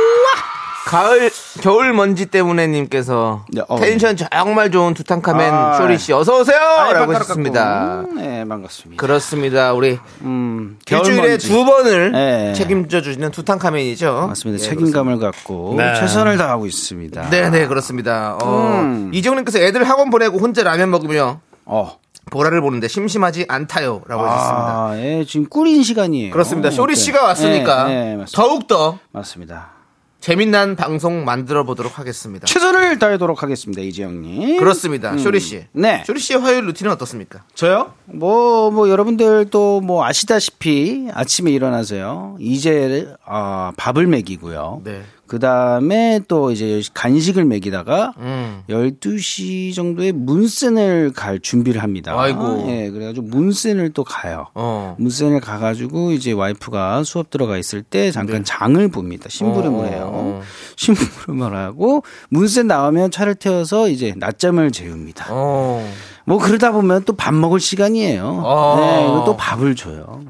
가을 겨울 먼지 때문에 님께서
네, 어.
텐션 정말 좋은 두탕카멘
아,
쇼리 씨 어서 오세요라고
빨가락
했습니다.
깎고. 음, 네 반갑습니다
그렇습니다. 우리
음,
일주일에
겨울먼지.
두 번을
네.
책임져 주시는 두탕카멘이죠.
맞습니다
예,
책임감을 갖고
네.
최선을 다하고 있습니다
그렇습니다. 네, 네, 그렇습니다. 어,
음.
이정님께서 애들 학원 보내고 혼자 라면 먹으며
어.
보라를 보는데 심심하지 않다요라고 하셨습니다.
아, 예, 지금 꿀인 시간이에요
그렇습니다. 쇼리
네.
씨가 왔으니까
네, 네, 맞습니다.
더욱 더
맞습니다
재미난 방송 만들어 보도록 하겠습니다.
최선을 다하도록 하겠습니다, 이재영님.
그렇습니다.
음.
쇼리 씨.
네.
쇼리 씨의 화요일 루틴은 어떻습니까?
저요? 뭐, 뭐, 여러분들도 뭐 아시다시피 아침에 일어나서요. 이제, 아, 밥을 먹이고요.
네.
그 다음에 또 이제 간식을 먹이다가
음.
12시 정도에 문센을 갈 준비를 합니다.
아이고.
예, 그래가지고 문센을 또 가요.
어.
문센을 가가지고 이제 와이프가 수업 들어가 있을 때 잠깐 장을 봅니다. 심부름을
네. 어,
해요.
어.
심부름을 하고 문센 나오면 차를 태워서 이제 낮잠을 재웁니다.
어.
뭐 그러다 보면 또 밥 먹을 시간이에요.
어.
네, 이거 또 밥을 줘요.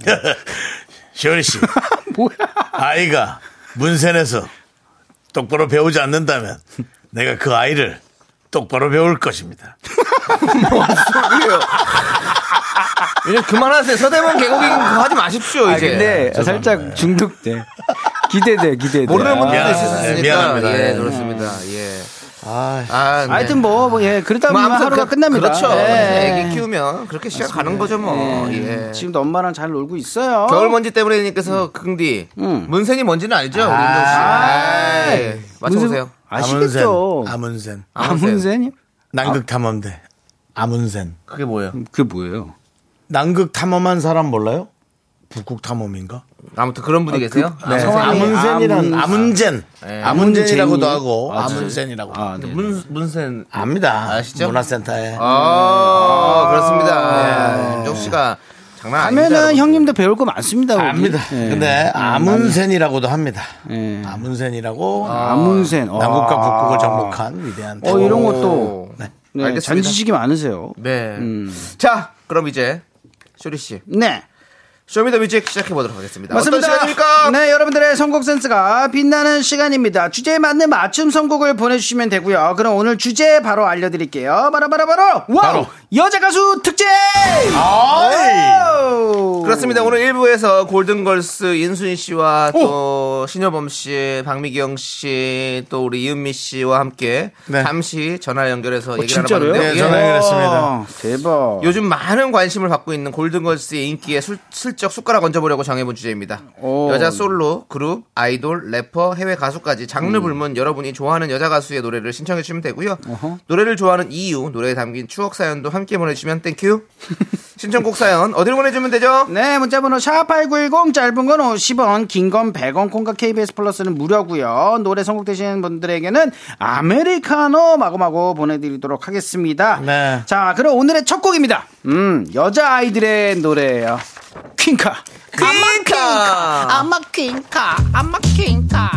시원이 [LAUGHS] 씨. 아이가 문센에서 똑바로 배우지 않는다면 내가 그 아이를 똑바로 배울 것입니다.
이제 그만하세요. 서대문 개고기 그거 하지 마십시오, 이제.
아, 근데 살짝 중독돼. 네, [LAUGHS] 기대돼, 기대돼.
모르는 분들도
야,
있으니까.
네, 미안합니다.
예,
네.
그렇습니다. 예.
아,
아, 네.
하여튼 뭐, 뭐, 예, 그러다
뭐
보면
아무튼
하루가
그-
끝납니다.
그렇죠.
예.
애기 키우면 그렇게 시작하는 거죠, 뭐. 예.
네. 지금도 엄마랑 잘 놀고 있어요.
겨울 먼지 때문에님께서 긍디 문센이 먼지는 아니죠? 우리 윤정 씨.
음. 아,
아이, 맞춰보세요.
아시겠죠?
아문센. 아문센.
아문센이요?
남극 탐험대. 아문센.
그게 뭐예요?
그게 뭐예요?
남극 탐험한 사람 몰라요? 북극 탐험인가?
아무튼 그런 분이 계세요?
네.
성함이
아문센이란
아문-
아문젠.
네.
아문젠이라고도
아문젠이-
하고
맞아요.
아문센이라고.
아, 네.
문, 문센.
압니다.
아시죠?
문화센터에.
아, 그렇습니다. 윤정 씨가 장난 아니다.
예. 가면은 형님도 배울 거
아,
많습니다. 거기.
압니다.
예.
근데 아문센이라고도 합니다.
예.
아문센이라고
아문센. 어.
남극과 북극을 정복한 위대한
어, 이런 것도.
오.
네, 음.
알겠습니다.
잔지식이 많으세요.
네. 자, 그럼 이제 쇼리 씨
네.
쇼미더뮤직 시작해 보도록 하겠습니다.
맞습니다.
어떤 시간입니까?
네, 여러분들의 선곡 센스가 빛나는 시간입니다. 주제에 맞는 맞춤 선곡을 보내주시면 되고요. 그럼 오늘 주제 바로 알려드릴게요. 바로 바로 바로 와우
바로.
여자 가수 특집.
아.
아이!
와우!
그렇습니다. 오늘 1부에서 골든걸스 인순이 씨와 또 신여범 씨, 박미경 씨, 또 우리 이은미 씨와 함께
네.
잠시 전화 연결해서 얘기를
어, 진짜로요? 아.
나눠봤는데요.
네,
예.
전화 연결했습니다.
와, 대박.
요즘 많은 관심을 받고 있는 골든걸스의 인기에 술- 슬쩍 숟가락 얹어보려고 정해본 주제입니다.
오.
여자 솔로, 그룹, 아이돌, 래퍼, 해외 가수까지 장르 불문 여러분이 좋아하는 여자 가수의 노래를 신청해 주시면 되고요. 노래를 좋아하는 이유, 노래에 담긴 추억 사연도 함께 보내주시면 땡큐. 신청곡 사연 어디로 보내주면 되죠?
네, 문자번호 샵8910 짧은 건 50원, 긴 건 100원, 콩과 KBS 플러스는 무료고요. 노래 선곡되시는 분들에게는 아메리카노 마구마구 보내드리도록 하겠습니다.
네.
자, 그럼 오늘의 첫 곡입니다. 음, 여자 아이들의 노래예요. 퀸카.
퀸카!
아마 퀸카, 아마 퀸카.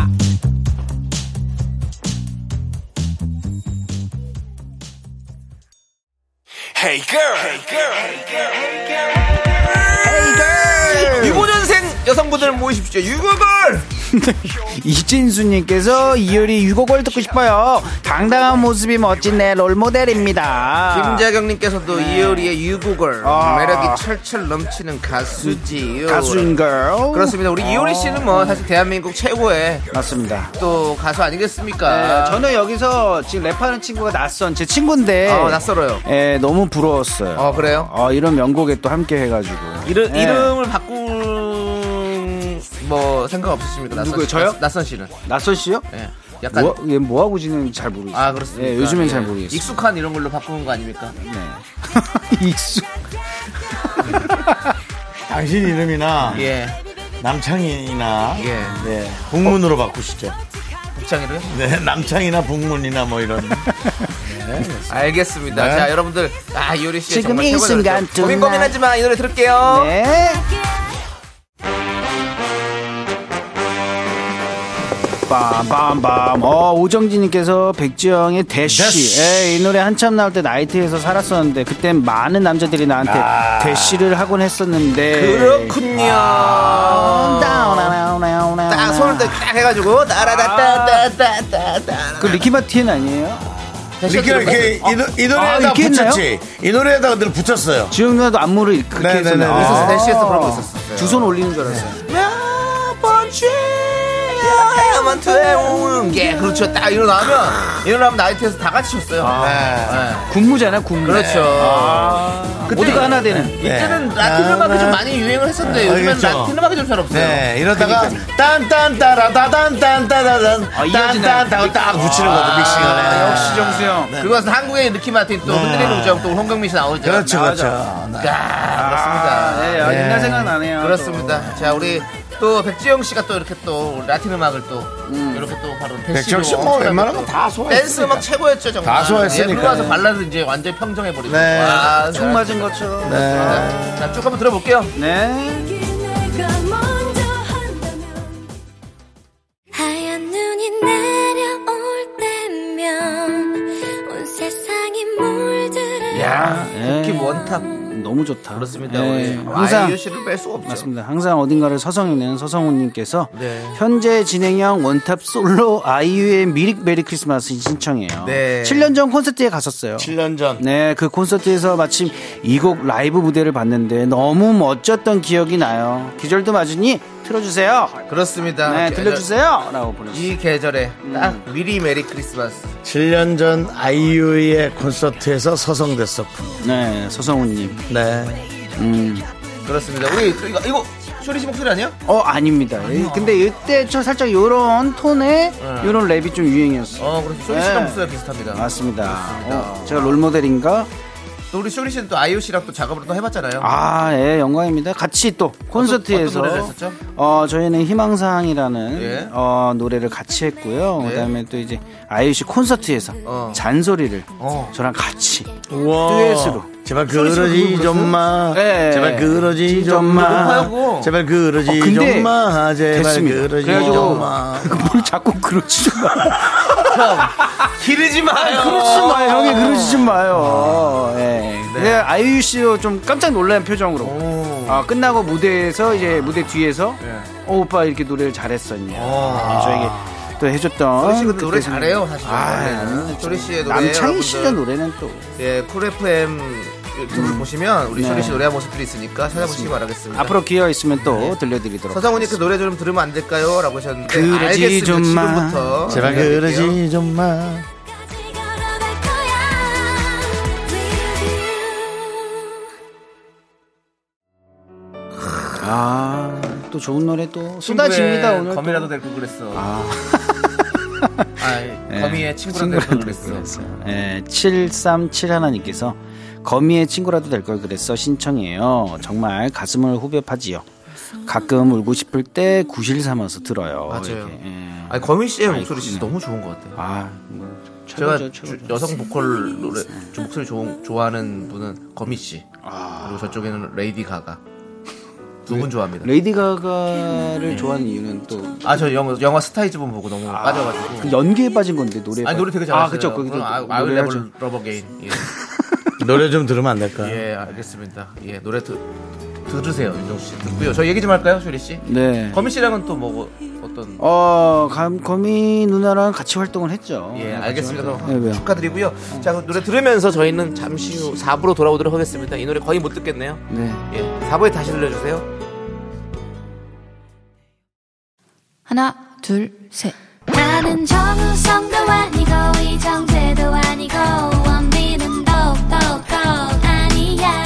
유고전생 여성분들 모이십시오. 유고걸!
이진수님께서 이효리 유곡을 듣고 싶어요. 당당한 모습이 멋진 내 롤모델입니다.
김자경님께서도 이효리의 유고걸.
아.
매력이 철철 넘치는 가수지요.
가수인걸.
그렇습니다. 우리 이효리 씨는 뭐 사실 대한민국 최고의
맞습니다.
또 가수 아니겠습니까?
네, 저는 여기서 지금 랩하는 친구가 낯선 제 친구인데
어, 낯설어요.
예, 너무 부러웠어요.
어 그래요?
어, 이런 명곡에 또 함께 해가지고
이름
예,
이름을 바꿀 뭐 생각 없으십니까? 낯선
누구요?
씨-
저요?
낯선 씨는.
낯선 씨요?
예. 약간
뭐, 얘 뭐하고 지내는지 잘 모르겠어요.
아 그렇습니다.
예, 요즘엔
예.
잘 모르겠어요.
익숙한 이런 걸로 바꾸는 거 아닙니까?
네. 익숙.
당신 이름이나
네.
예.
남창이나
예.
네, 북문으로 바꾸시죠.
복장이로요?
네, 남창이나 북문이나 뭐
[LAUGHS]
이런.
알겠습니다.
네.
자 여러분들 아 이효리 씨
지금
정말
이
최고의
순간
노래죠. 고민
또
고민하지만 이 노래 들을게요.
네. 빰빰빰. 어, 오정진님께서 백지영의 대쉬.
대쉬.
예, 이 노래 한참 나올 때 나이트에서 살았었는데, 그땐 많은 남자들이 나한테 대쉬를 하곤 했었는데.
그렇군요.
아,
딱 손을 딱 해가지고 따라다따따따따따.
그 리키마틴 아니에요?
이렇게 이렇게 이, 노- 이 노래에다
아, 이렇게 했나요? 아,
붙였지. 이 노래에다가 늘 붙였어요.
지영 누나도 안무를 그렇게
네네네.
했었나?
아.
있었어요.
대쉬에서 그런 거 있었어요.
두손 올리는 줄 알았어요.
몇 번째야 나야만 돼 오는 게 그렇죠 딱 일어나면 일어나면 나이트에서 다 같이 췄어요
아.
네,
네.
군무잖아 네. 군무.
그렇죠.
아.
그때 모두가 하나 되는.
이때는 라틴 음악이 좀 많이 유행을 했었는데 요즘엔
네. 알겠죠.
라틴 음악이 좀 잘 없어요
네, 이러다가 딴딴따라다단딴따라단 딴딴따고 딱 붙이는 거죠, 믹싱을.
아, 네, 역시 정수 형.
네.
그리고 나서 한국의 느낌 맡은 또 흔들리는 우정 또 홍경민 씨 아, 나오죠.
그렇죠, 그렇죠. 아.
그렇습니다.
네, 옛날 생각 나네요.
그렇습니다. 자, 우리 또 백지영 씨가 또 이렇게 또 우리 라틴 음악을 또 이렇게 또 바로 대시로
백지영 씨뭐
엄청나게
웬만한
또
건다 소화했으니까.
댄스 음악 최고였죠, 정말.
다 소화했으니까.
예, 그리고 나서 발라드 이제 완전히 평정해버리고.
네.
와,
총 맞은 것처럼.
네. 자, 쭉 한번 들어볼게요.
네.
하얀 눈이 내려올 때면 온 세상이 물들을
아,
야,
네.
국기 원탑.
너무 좋다.
그렇습니다.
네.
우리
항상
아이유 씨를 뺄 수가 없죠.
맞습니다. 네, 항상 어딘가를 서성이는 서성훈님께서
네.
현재 진행형 원탑 솔로 아이유의 미리 메리 크리스마스 신청해요.
네.
7년 전 콘서트에 갔었어요.
7년 전.
네, 그 콘서트에서 마침 이 곡 라이브 무대를 봤는데 너무 멋졌던 기억이 나요. 기절도 맞으니 틀어주세요.
그렇습니다.
네,
계절-
들려주세요. 라고 보내주세요.
이 계절에
음.
딱 미리 메리 크리스마스.
7년 전 아이유의 콘서트에서 서성됐었군요.
네, 서성훈님.
네.
음.
그렇습니다. 우리 또 이거 이거 쇼리 씨 목소리 아니에요?
어, 아닙니다. 이- 근데 이때 저 살짝 요런 톤에
네.
요런 랩이 좀 유행이었어요.
어, 그렇죠. 쇼리 씨랑
네.
목소리가 비슷합니다.
맞습니다. 어, 제가 롤모델인가?
또 우리 쇼리 씨는 또 아이유 씨랑 또 작업을 또 해봤잖아요.
아, 예, 영광입니다. 같이 또 콘서트에서
어떤 노래를 했었죠?
어, 저희는 희망사항이라는
예.
어, 노래를 같이 했고요.
네.
그다음에 또 이제 아이유 씨 콘서트에서
어.
잔소리를
어.
저랑 같이
우와.
듀엣으로.
제발 그러지 좀 마.
예.
제발 그러지 좀
녹음하고.
마. 제발
어,
그러지
근데
좀 마. 제발
됐습니다.
그러지
그래가지고
좀 마.
뭘 자꾸 그러지 좀 마.
기르지 마요.
그러지 좀 마요, 아, 형이 그러지 좀 마요. 예. 근데 아이유 씨도 좀 깜짝 놀란 표정으로. 아, 끝나고 무대에서 이제 무대 뒤에서 어, 오빠 이렇게 노래를 잘했었냐. 예, 저에게 또 해줬던.
쇼리 씨 아, 근데 노래
그때 생각-
잘해요, 사실.
아,
은 네. 쇼리 씨의 노래.
남창희
여러분들,
씨의 노래는 또
예, 쿨 FM 유튜브 보시면 우리
네.
쇼리 씨 노래한 모습들이 있으니까 찾아보시기 바라겠습니다.
앞으로 기회 있으면 또 들려드리도록.
서상훈이 그 노래 좀 들으면 안 될까요? 라고 하셨는데
그러지
알겠습니다.
좀 마.
지금부터
제발
들려드릴게요.
그러지 좀 마.
같이 걸어갈 거야 with you
아, 또 좋은 노래 또 쏟아집니다
친구의
오늘. 또.
거미라도 될 걸 그랬어.
아.
아이,
예.
거미의 친구라도 될 걸
친구라도 될
그랬어.
걸 그랬어. 예, 737 하나님께서 거미의 친구라도 될 걸 그랬어 신청해요. 정말 가슴을 후벼파지요. 가끔 울고 싶을 때 구실 삼아서 들어요.
맞아요.
이렇게. 예.
아니 거미 씨의
아이고,
목소리 진짜
그냥.
너무 좋은 것 같아요.
아, 뭐 최고죠,
제가 주-
최고죠. 네.
여성 보컬 노래 좀 목소리 좋은, 좋아하는 분은 거미 씨
아.
그리고 저쪽에는 레이디 가가 두 분 좋아합니다.
네. 레이디 가가를 좋아하는 이유는 또
아 저 영화, 영화 스타이즈본 보고 너무
그
빠져가지고.
연기에 빠진 건데 노래.
아니 노래 되게 잘하어요
아, 그쵸. 그게 또
아우
노래를
레버
하죠.
러버 게인. 예,
노래 좀 들으면 안 될까?
예, 알겠습니다. 예 노래 들 들으세요 윤정수 씨 듣고요. 저 얘기 좀 할까요 쇼리 씨?
네.
거미 씨랑은 또 뭐 어떤
어, 감, 거미 누나랑 같이 활동을 했죠.
예,
네, 같이
알겠습니다.
활동-
그럼
네, 왜요?
축하드리고요. 자, 그럼 노래 들으면서 저희는 잠시 후 4부로 돌아오도록 하겠습니다. 이 노래 거의 못 듣겠네요.
네.
예, 4부에 다시 들려주세요.
하나, 둘, 셋.
나는 정우성도 아니고 이정재도 아니고 원빈은 더욱더 아니야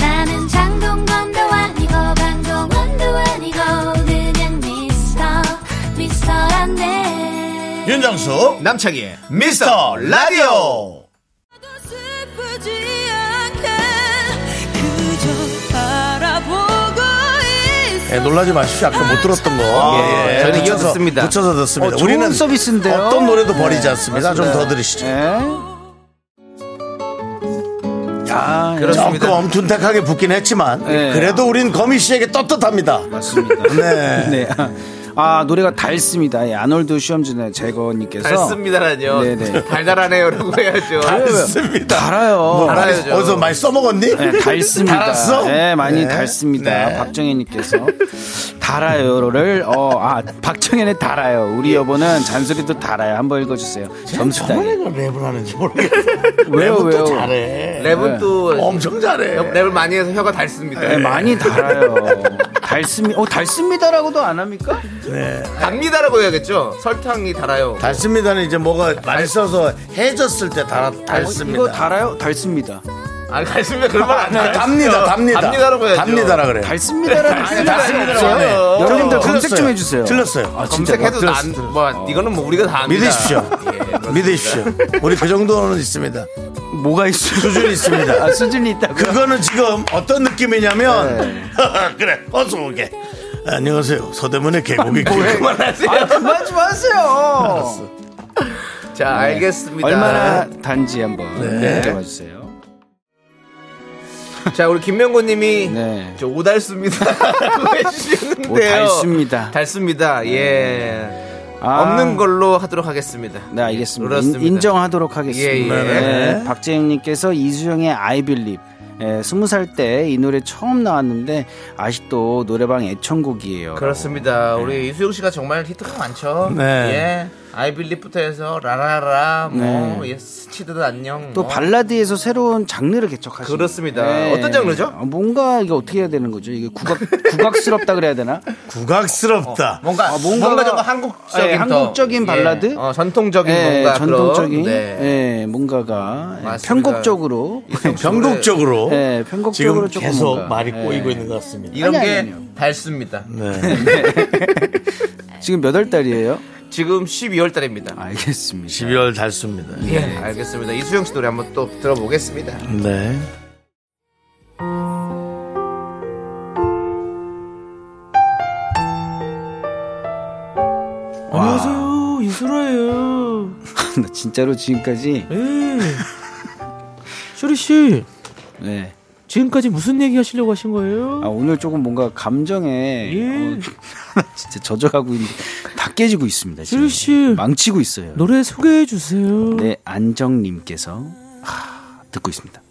나는 장동건도 아니고 강동원도 아니고 그냥 미스터 미스터란데
윤정수 남창희 미스터 라디오
슬프지 않게 그저 바라보고
예, 놀라지 마십시오 아까 못 들었던 거
예, 저희는 이어 듣습니다.
붙여서 듣습니다
어, 좋은
우리는
서비스인데요.
어떤 노래도
네,
버리지 않습니다 좀 더 들으시죠
예. 야,
조금 엄둔탁하게 붙긴 했지만
예.
그래도 우린 거미 씨에게 떳떳합니다
맞습니다.
네.
네. 아, 노래가 달습니다. 예, 아놀드 시험진의 재건님께서.
달습니다라뇨.
네네.
달달하네요라고 해야죠.
맞습니다 뭐,
달아요.
달아요, 저.
어디서 많이 써먹었니?
네, 달습니다.
달았어?
네, 많이
네.
달습니다.
네.
박정현님께서 달아요를 어, 아 박정현의 달아요. 우리 여보는 잔소리도 달아요. 한번 읽어주세요. 점수 따기.
저번에 랩을 하는지 모르겠어.
[LAUGHS] 왜요, 왜요?
랩은
네.
또 잘해.
랩은
또
엄청 잘해.
랩을 많이 해서 혀가 닳습니다.
네, 많이 달아요. 달습니다. 어, 달습니다라고도 안 합니까?
네.
답니다라고 해야겠죠. 설탕이 달아요.
달습니다는 이제 뭐가 맛있어서 해졌을 때 달, 달습니다.
어, 이거 달아요? 달습니다.
아, 달습니다. 그런 말안
아, 답니다, 답니다.
답니다라고 해야죠.
답니다라 그래요.
달습니다라는
아니,
표현이
달습니다라고
없어요.
안 해요.
여러분들
틀렸어요.
검색 좀 해주세요.
틀렸어요.
아, 진짜
검색해도 난, 뭐,
어.
이거는 뭐 우리가 다 압니다.
믿으십시오. 믿으십시오. 우리 그 정도는 있습니다.
뭐가 있어요?
수준이 있습니다.
아, 수준이 있다고요?
그거는 지금 어떤 느낌이냐면 [LAUGHS] 그래 어서 오게. 안녕하세요. 서대문의 계곡이 그만하세요.
아, 그만 좀 하세요.
자, 알겠습니다.
네. 얼마나 단지 한번
네.
들어봐 주세요.
자, 우리 김명곤 님이
네.
저 오달습니다. [LAUGHS] 라고 해주시는데요.
오, 달습니다. 네.
달습니다. 예.
아.
없는 걸로 하도록 하겠습니다.
네, 알겠습니다. 인-
그렇습니다.
인정하도록 하겠습니다.
예, 예.
네, 박재영님께서 이수영의 I Believe. 예, 스무 살 때 이 노래 처음 나왔는데 아직도 노래방 애청곡이에요.
그렇습니다. 우리 이수영 씨가 정말 히트가 많죠.
네.
예. 아이빌리부터 해서 라라라 뭐
네.
예, 스치듯 안녕.
어.
또
뭐.
발라드에서 새로운 장르를 개척하신
그렇습니다. 어떤 장르죠?
아, 뭔가 이게 어떻게 해야 되는 거죠? 이게
[LAUGHS]
국악 국악스럽다 그래야 되나?
국악스럽다.
어, 뭔가
아,
뭔가
뭔가가-
뭔가 한국적인
예,
더,
한국적인
예,
발라드?
어, 전통적인
예,
뭔가
전통적인
그런, 네.
예, 뭔가가 예,
맞습니다.
편곡적으로 [LAUGHS]
변곡적으로
예, 편곡적으로
지금
조금
계속
뭔가,
말이
예.
꼬이고 있는 것 같습니다. 네.
이런
아니,
게
아니, 아니요.
닳습니다.
[LAUGHS]
지금 몇 월 달이에요?
지금 12월 달입니다.
알겠습니다. [LAUGHS]
12월 달수입니다.
아, 예, 알겠습니다. 이수영 씨 노래 한번 또 들어보겠습니다.
네.
안녕하세요 이소라예요 나 진짜로 지금까지
음.
[LAUGHS]
쇼리 씨,
네.
지금까지 무슨 얘기 하시려고 하신 거예요?
아, 오늘 조금 뭔가 감정에 어, 나 진짜 젖어가고 있는데 다 깨지고 있습니다 지금
씨.
망치고 있어요
노래 소개해 주세요.
네 안정님께서 하, 듣고 있습니다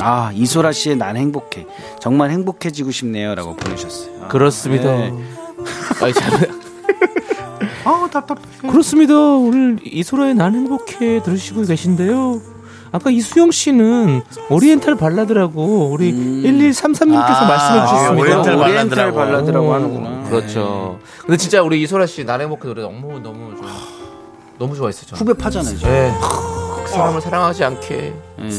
아 이소라 씨의 난 행복해 정말 행복해지고 싶네요라고 보내셨어요
그렇습니다.
아이, 참.
아우 답답. 그렇습니다. 오늘 이소라의 난 행복해 들으시고 계신데요. 아까 이수영 씨는 오리엔탈 발라드라고 우리 1133님께서
아,
말씀해 주셨습니다.
오리엔탈 발라드라고.
음. 발라드라고 하는구나
그렇죠. 근데 진짜 우리 이소라 씨 나래 먹기 노래 너무 너무 좀, 너무 좋아했어요. 저는.
후배 파잖아요 지금.
예. 그 사람을 사랑하지 않게.
예.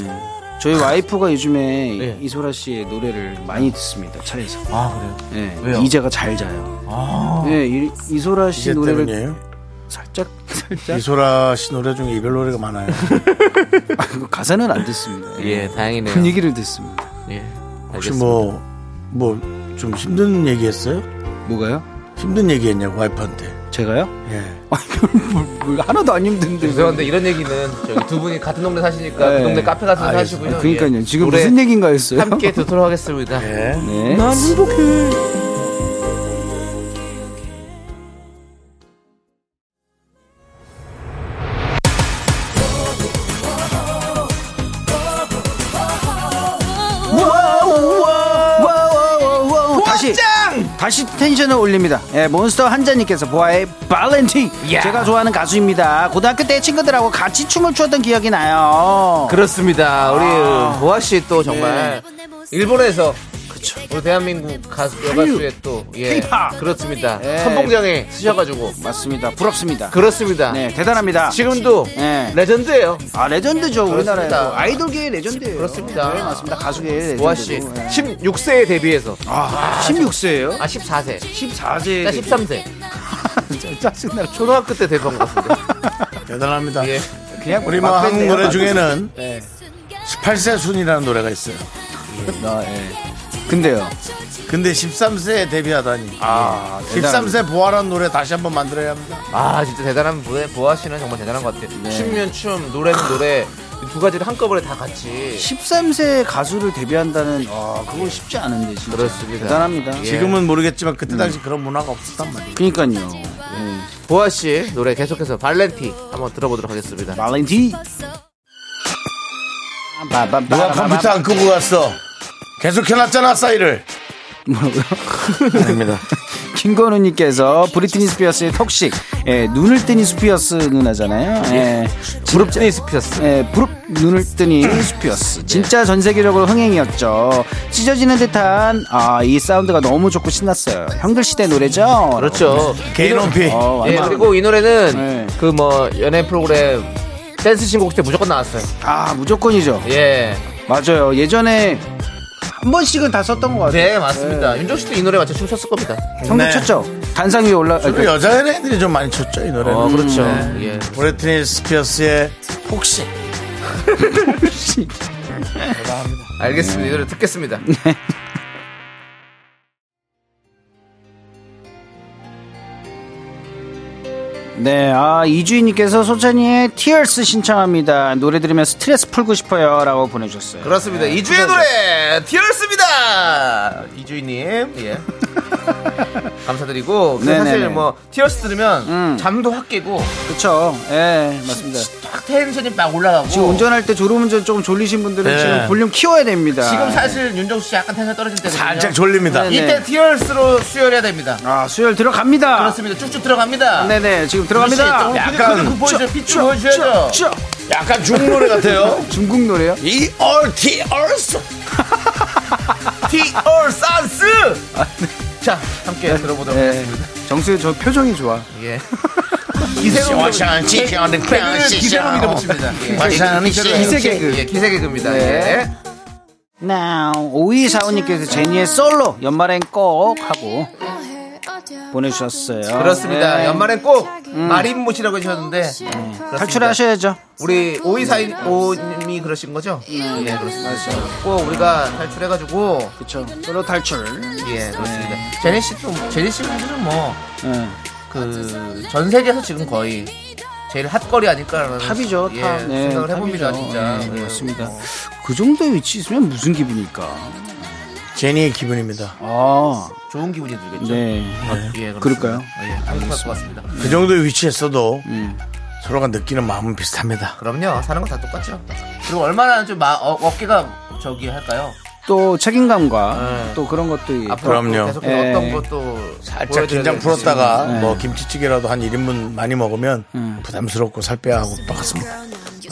저희 와이프가 요즘에
예.
이소라 씨의 노래를 많이 듣습니다 차에서.
아 그래요?
예.
왜요?
이자가 잘 자요.
아.
예, 이- 이소라 씨
이제
노래를
때문이에요.
살짝 살짝
이소라 씨 노래 중에 이별 노래가 많아요.
그 가사는 안 듣습니다.
예, 다행이네요.
분위기를 듣습니다.
예.
혹시
알겠습니다.
뭐 뭐 좀 힘든 얘기했어요?
뭐가요?
힘든 얘기했냐고 와이프한테.
제가요? [LAUGHS]
예.
뭘, 뭘 하나도 안 힘든데.
죄송한데 이런 얘기는 저기 두 분이 같은 동네 사시니까
예.
그 동네 카페 가서
아,
사시고요.
그러니까요.
예.
지금
노래
무슨 얘기인가 했어요?
함께 듣도록 하겠습니다.
예.
네.
난 행복해.
와와와와와 다시 다시 텐션을 올립니다. 예, 몬스터 한자님께서 보아의 발렌틴 제가 좋아하는 가수입니다. 고등학교 때 친구들하고 같이 춤을 추었던 기억이 나요.
그렇습니다. 우리 보아 씨
네.
또 정말 일본에서
그쵸.
우리 대한민국 가수 여가수의 또 예.
K-pop.
그렇습니다.
예.
선봉장에 쓰셔가지고
맞습니다. 부럽습니다.
그렇습니다.
네, 대단합니다.
지금도
예.
레전드예요.
아 레전드죠
네, 그렇습니다.
우리나라에서 아이돌계의 레전드예요.
그렇습니다.
네, 맞습니다. 네. 가수계의 레전드.
보아 씨 16세에 데뷔해서
아, 16세예요?
아 14세.
14세.
나 13세.
짜증나.
초등학교 때 데뷔한 것 같은데.
대단합니다.
예.
그냥
우리 뭐 한국
막대네요, 예.
노래
막대.
중에는 18세 순이라는 노래가 있어요.
나, 예. 근데요.
근데 13세에 데뷔하다니.
아,
13세 보아라는 노래 다시 한번 만들어야 합니다.
아 진짜 대단한 분 보아 씨는 정말 대단한 것 같아요.
네.
춤면 춤, 노래는 노래 이두 가지를 한꺼번에 다 같이. 예.
13세 가수를 데뷔한다는 아, 그거 쉽지 않은데 진짜.
그렇습니다.
대단합니다.
예.
지금은 모르겠지만
음.
그때 당시 그런 문화가 없었단 말이에요.
그러니까요.
보아 씨 노래 계속해서 발렌티 한번 들어보도록 하겠습니다.
발렌티.
누가 컴퓨터 안 끄고 갔어? 계속 켜놨잖아 싸이를.
뭐라고요?
아닙니다.
김건우님께서 브리트니 스피어스의 턱식, 예, 눈을 뜨니 스피어스 누나잖아요. 예, 브룩니 스피어스. 예, 브룩 눈을 뜨니 스피어스. 진짜 전 세계적으로 흥행이었죠. 찢어지는 듯한 아 이 사운드가 너무 좋고 신났어요. 형들 시대 노래죠.
그렇죠.
이 노래- 네. 어,
예,
완전- 네.
그리고 이 노래는 그 뭐 연예 프로그램 댄스 신곡 때 무조건 나왔어요.
아 무조건이죠.
예.
맞아요. 예전에 한 번씩은 다 썼던 것 같아요.
네 맞습니다. 윤종 씨도 이 노래 맞춰 춤췄을 겁니다.
네.
형도 쳤죠. 단상 위에 올라.
주로 아, 그 여자 연예인들이 좀 많이 쳤죠 이 노래는.
어, 그렇죠.
네.
예.
브리트니 스피어스의 폭식.
알겠습니다. 이 노래 듣겠습니다.
네, 아, 이주인님께서 소찬이의 Tears 신청합니다. 노래 들으면 스트레스 풀고 싶어요. 라고 보내주셨어요.
그렇습니다. 이주의 노래 티얼스입니다.
[LAUGHS]
이주희님 예. [LAUGHS] 감사드리고 그 사실
네네네. 음.
뭐 티얼스 들으면 잠도 확 깨고
그쵸. 예, 맞습니다.
확 텐션이 막 올라가고
지금 운전할 때 졸음운전 조금 졸리신 분들은
네.
지금 볼륨 키워야 됩니다.
지금 사실 윤정수 씨 약간 텐션 떨어질 때
살짝 졸립니다.
이때
네네.
티얼스로 수혈해야 됩니다.
아, 수혈 들어갑니다.
그렇습니다. 쭉쭉 들어갑니다.
네네, 지금 들어갑니다.
약간 보여줘. 빛을 보여줘야죠.
약간 중국 노래
[LAUGHS]
같아요.
중국 노래요?
이 얼 티 얼스.
티얼산스.
아, 네.
자, 함께 들어보도록
예.
하겠습니다.
정수의 저 표정이 좋아.
예.
기세로 기세로
밀어붙입니다.
기세 개그.
예, 기세 개그입니다.
네. Now, 5245님께서 제니의 솔로 연말엔 꼭 하고
그
보내주셨어요.
예. 그렇습니다.
네.
연말엔 꼭 마린못이라고 해주셨는데 네, 그렇습니다.
탈출하셔야죠.
우리 오이사이오님이 그러신 거죠? 예, 그렇습니다. 꼭 우리가 탈출해가지고
그렇죠. 솔로 탈출.
예, 그렇습니다. 제니 씨도 제니 씨는 사실은 뭐,
네.
뭐그 전 세계에서 지금 거의 제일 핫거리 아닐까라는
탑이죠,
예,
탑. 네,
생각을 해봅니다,
탑이죠.
진짜.
네,
예.
맞습니다. 그 정도의 위치 있으면 무슨 기분일까?
제니의 기분입니다.
아,
좋은 기분이 들겠죠.
네.
어, 예, 그렇습니다.
그럴까요?
예, 행복할 것 같습니다.
그 정도의 위치에 있어도 서로가 느끼는 마음은 비슷합니다.
그럼요, 사는 건 다 똑같죠. 그리고 얼마나 좀 마, 어, 어깨가 저기 할까요?
또 책임감과 또 그런 것도
앞으로
그럼요.
또 계속해서
예.
어떤 것도
살짝
보여드려야
긴장
되겠지.
풀었다가
네.
뭐 김치찌개라도 한 1인분 많이 먹으면 부담스럽고 살 빼야 하고 똑같습니다.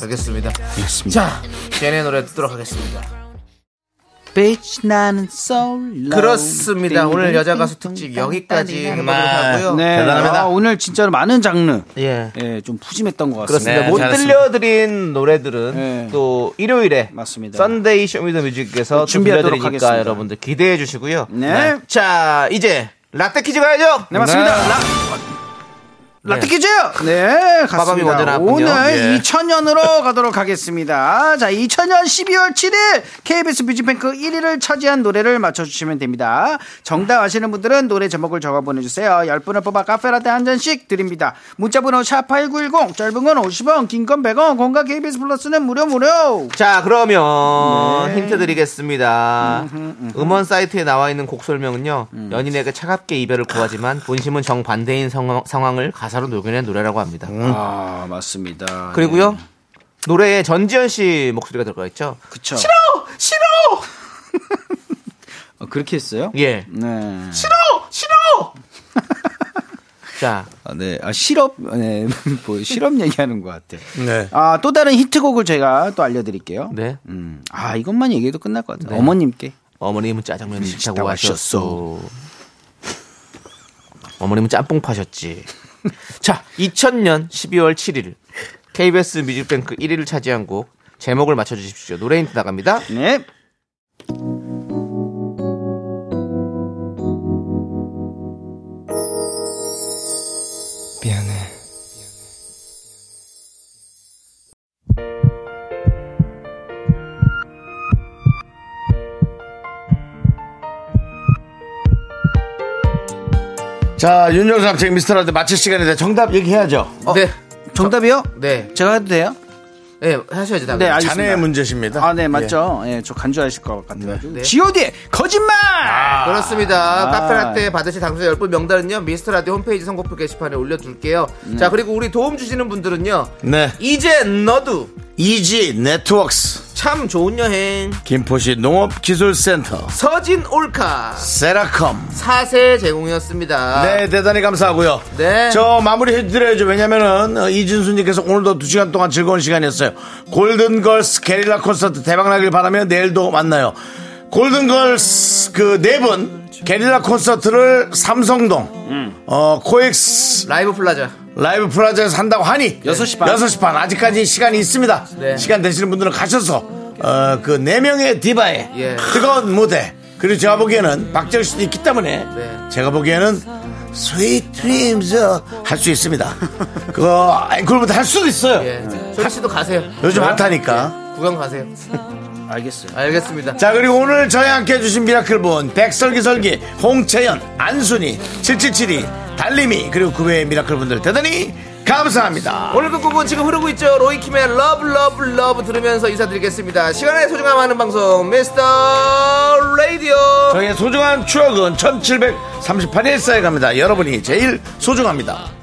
알겠습니다.
그렇습니다.
자, 제네 노래 듣도록 하겠습니다.
빛 나는 솔로.
그렇습니다. 오늘 여자 가수 특집 여기까지 해보도록 하고요.
네.
대단합니다.
아, 오늘 진짜로 많은 장르.
예.
예, 좀 푸짐했던 것 같습니다.
그렇습니다. 못 들려드린 노래들은
네.
또 일요일에
맞습니다.
썬데이 쇼미더뮤직에서
준비하도록
준비하도록 하니까
하겠습니다.
여러분들 기대해 주시고요.
네.
자, 이제 라떼 퀴즈 가야죠.
네, 맞습니다. 라, 라떼 퀴즈! 네,
빠밤이 먼저
갔습니다.
나왔군요.
오늘
예. [LAUGHS]
2000년으로 가도록 하겠습니다. 자, 2000년 12월 7일 KBS 뮤직뱅크 1위를 차지한 노래를 맞춰주시면 됩니다. 정답 아시는 분들은 노래 제목을 적어 보내주세요. 10분을 뽑아 카페라떼 한 잔씩 드립니다. 문자번호 샵8910, 짧은 건 50원, 긴 건 100원, 공과 KBS 플러스는 무료 무료!
자, 그러면
네.
힌트 드리겠습니다. 음원 사이트에 나와 있는 곡 설명은요.
음.
연인에게 차갑게 이별을 구하지만 본심은 정반대인 상황, 상황을 가사로 녹여낸 노래라고 합니다.
아, 맞습니다.
그리고요. 노래에 전지현 씨 목소리가 들어가 있죠.
그쵸.
싫어! 싫어!
어, 그렇게 했어요?
예.
네.
싫어! 싫어!
[LAUGHS]
자,
아, 네. 아, 실업, 네. [LAUGHS] 뭐, 실업 얘기하는 것 같아.
네.
아, 또 다른 히트곡을 제가 또 알려드릴게요.
네.
음. 아, 이것만 얘기해도 끝날 것 같아요. 어머님께.
어머님은 짜장면 싫다고
싫다고
하셨어. 어머님은 짬뽕 파셨지. 자, 2000년 12월 7일 KBS 뮤직뱅크 1위를 차지한 곡 제목을 맞춰주십시오. 노래 힌트 나갑니다.
네.
미안해.
자, 윤정수 남창 미스터라드 마칠 시간인데 정답 얘기해야죠.
네,
정답이요?
네,
제가 해도 돼요?
네 하셔야죠. 당연히.
네, 알겠습니다.
자네의 문제십니다. 예.
아, 네, 맞죠. 예, 저 간주하실 것 같아가지고.
네.
GOD! 의 거짓말!
그렇습니다.
아.
카페라떼 받으실 당첨자 10분 명단은요. 미스터라디오 홈페이지 선곡표 게시판에 올려둘게요. 자 그리고 우리 도움 주시는 분들은요.
네.
이제 너도
이지 네트웍스
참 좋은 여행
김포시 농업기술센터
서진 올카
세라컴
사세 제공이었습니다.
네 대단히 감사하고요
네.
저 마무리 해드려야죠 왜냐면은 어, 이진수님께서 오늘도 두시간 동안 즐거운 시간이었어요 골든걸스 게릴라 콘서트 대박나길 바라며 내일도 만나요 골든걸스 그 네 분 게릴라 콘서트를 삼성동 어 코엑스
라이브 플라자
라이브 플라자에서 한다고 하니
6시 반.
6시 반 아직까지 시간이 있습니다
네.
시간 되시는 분들은 가셔서 어, 그 4명의 디바의
예.
뜨거운 무대 그리고 제가 보기에는 박재일 씨도 있기 때문에
네.
제가 보기에는 스윗 드림즈 할
[LAUGHS]
수 있습니다 그거 앵콜부터 할 수도 있어요
예.
조리 예. 씨도 가세요. 네.
요즘 핫하니까
구경 가세요.
예. 알겠어요.
알겠습니다.
자 그리고 오늘 저희 함께 해주신 미라클분 백설기설기 홍채연 안순이 7772 달림이 그리고 그 외의 미라클분들 대단히 감사합니다
오늘 끝곡은 지금 흐르고 있죠. 로이킴의 러브 러브 러브 들으면서 인사드리겠습니다. 시간의 소중함 하는 방송 미스터 라디오.
저희의 소중한 추억은 1738일 쌓여갑니다. 여러분이 제일 소중합니다.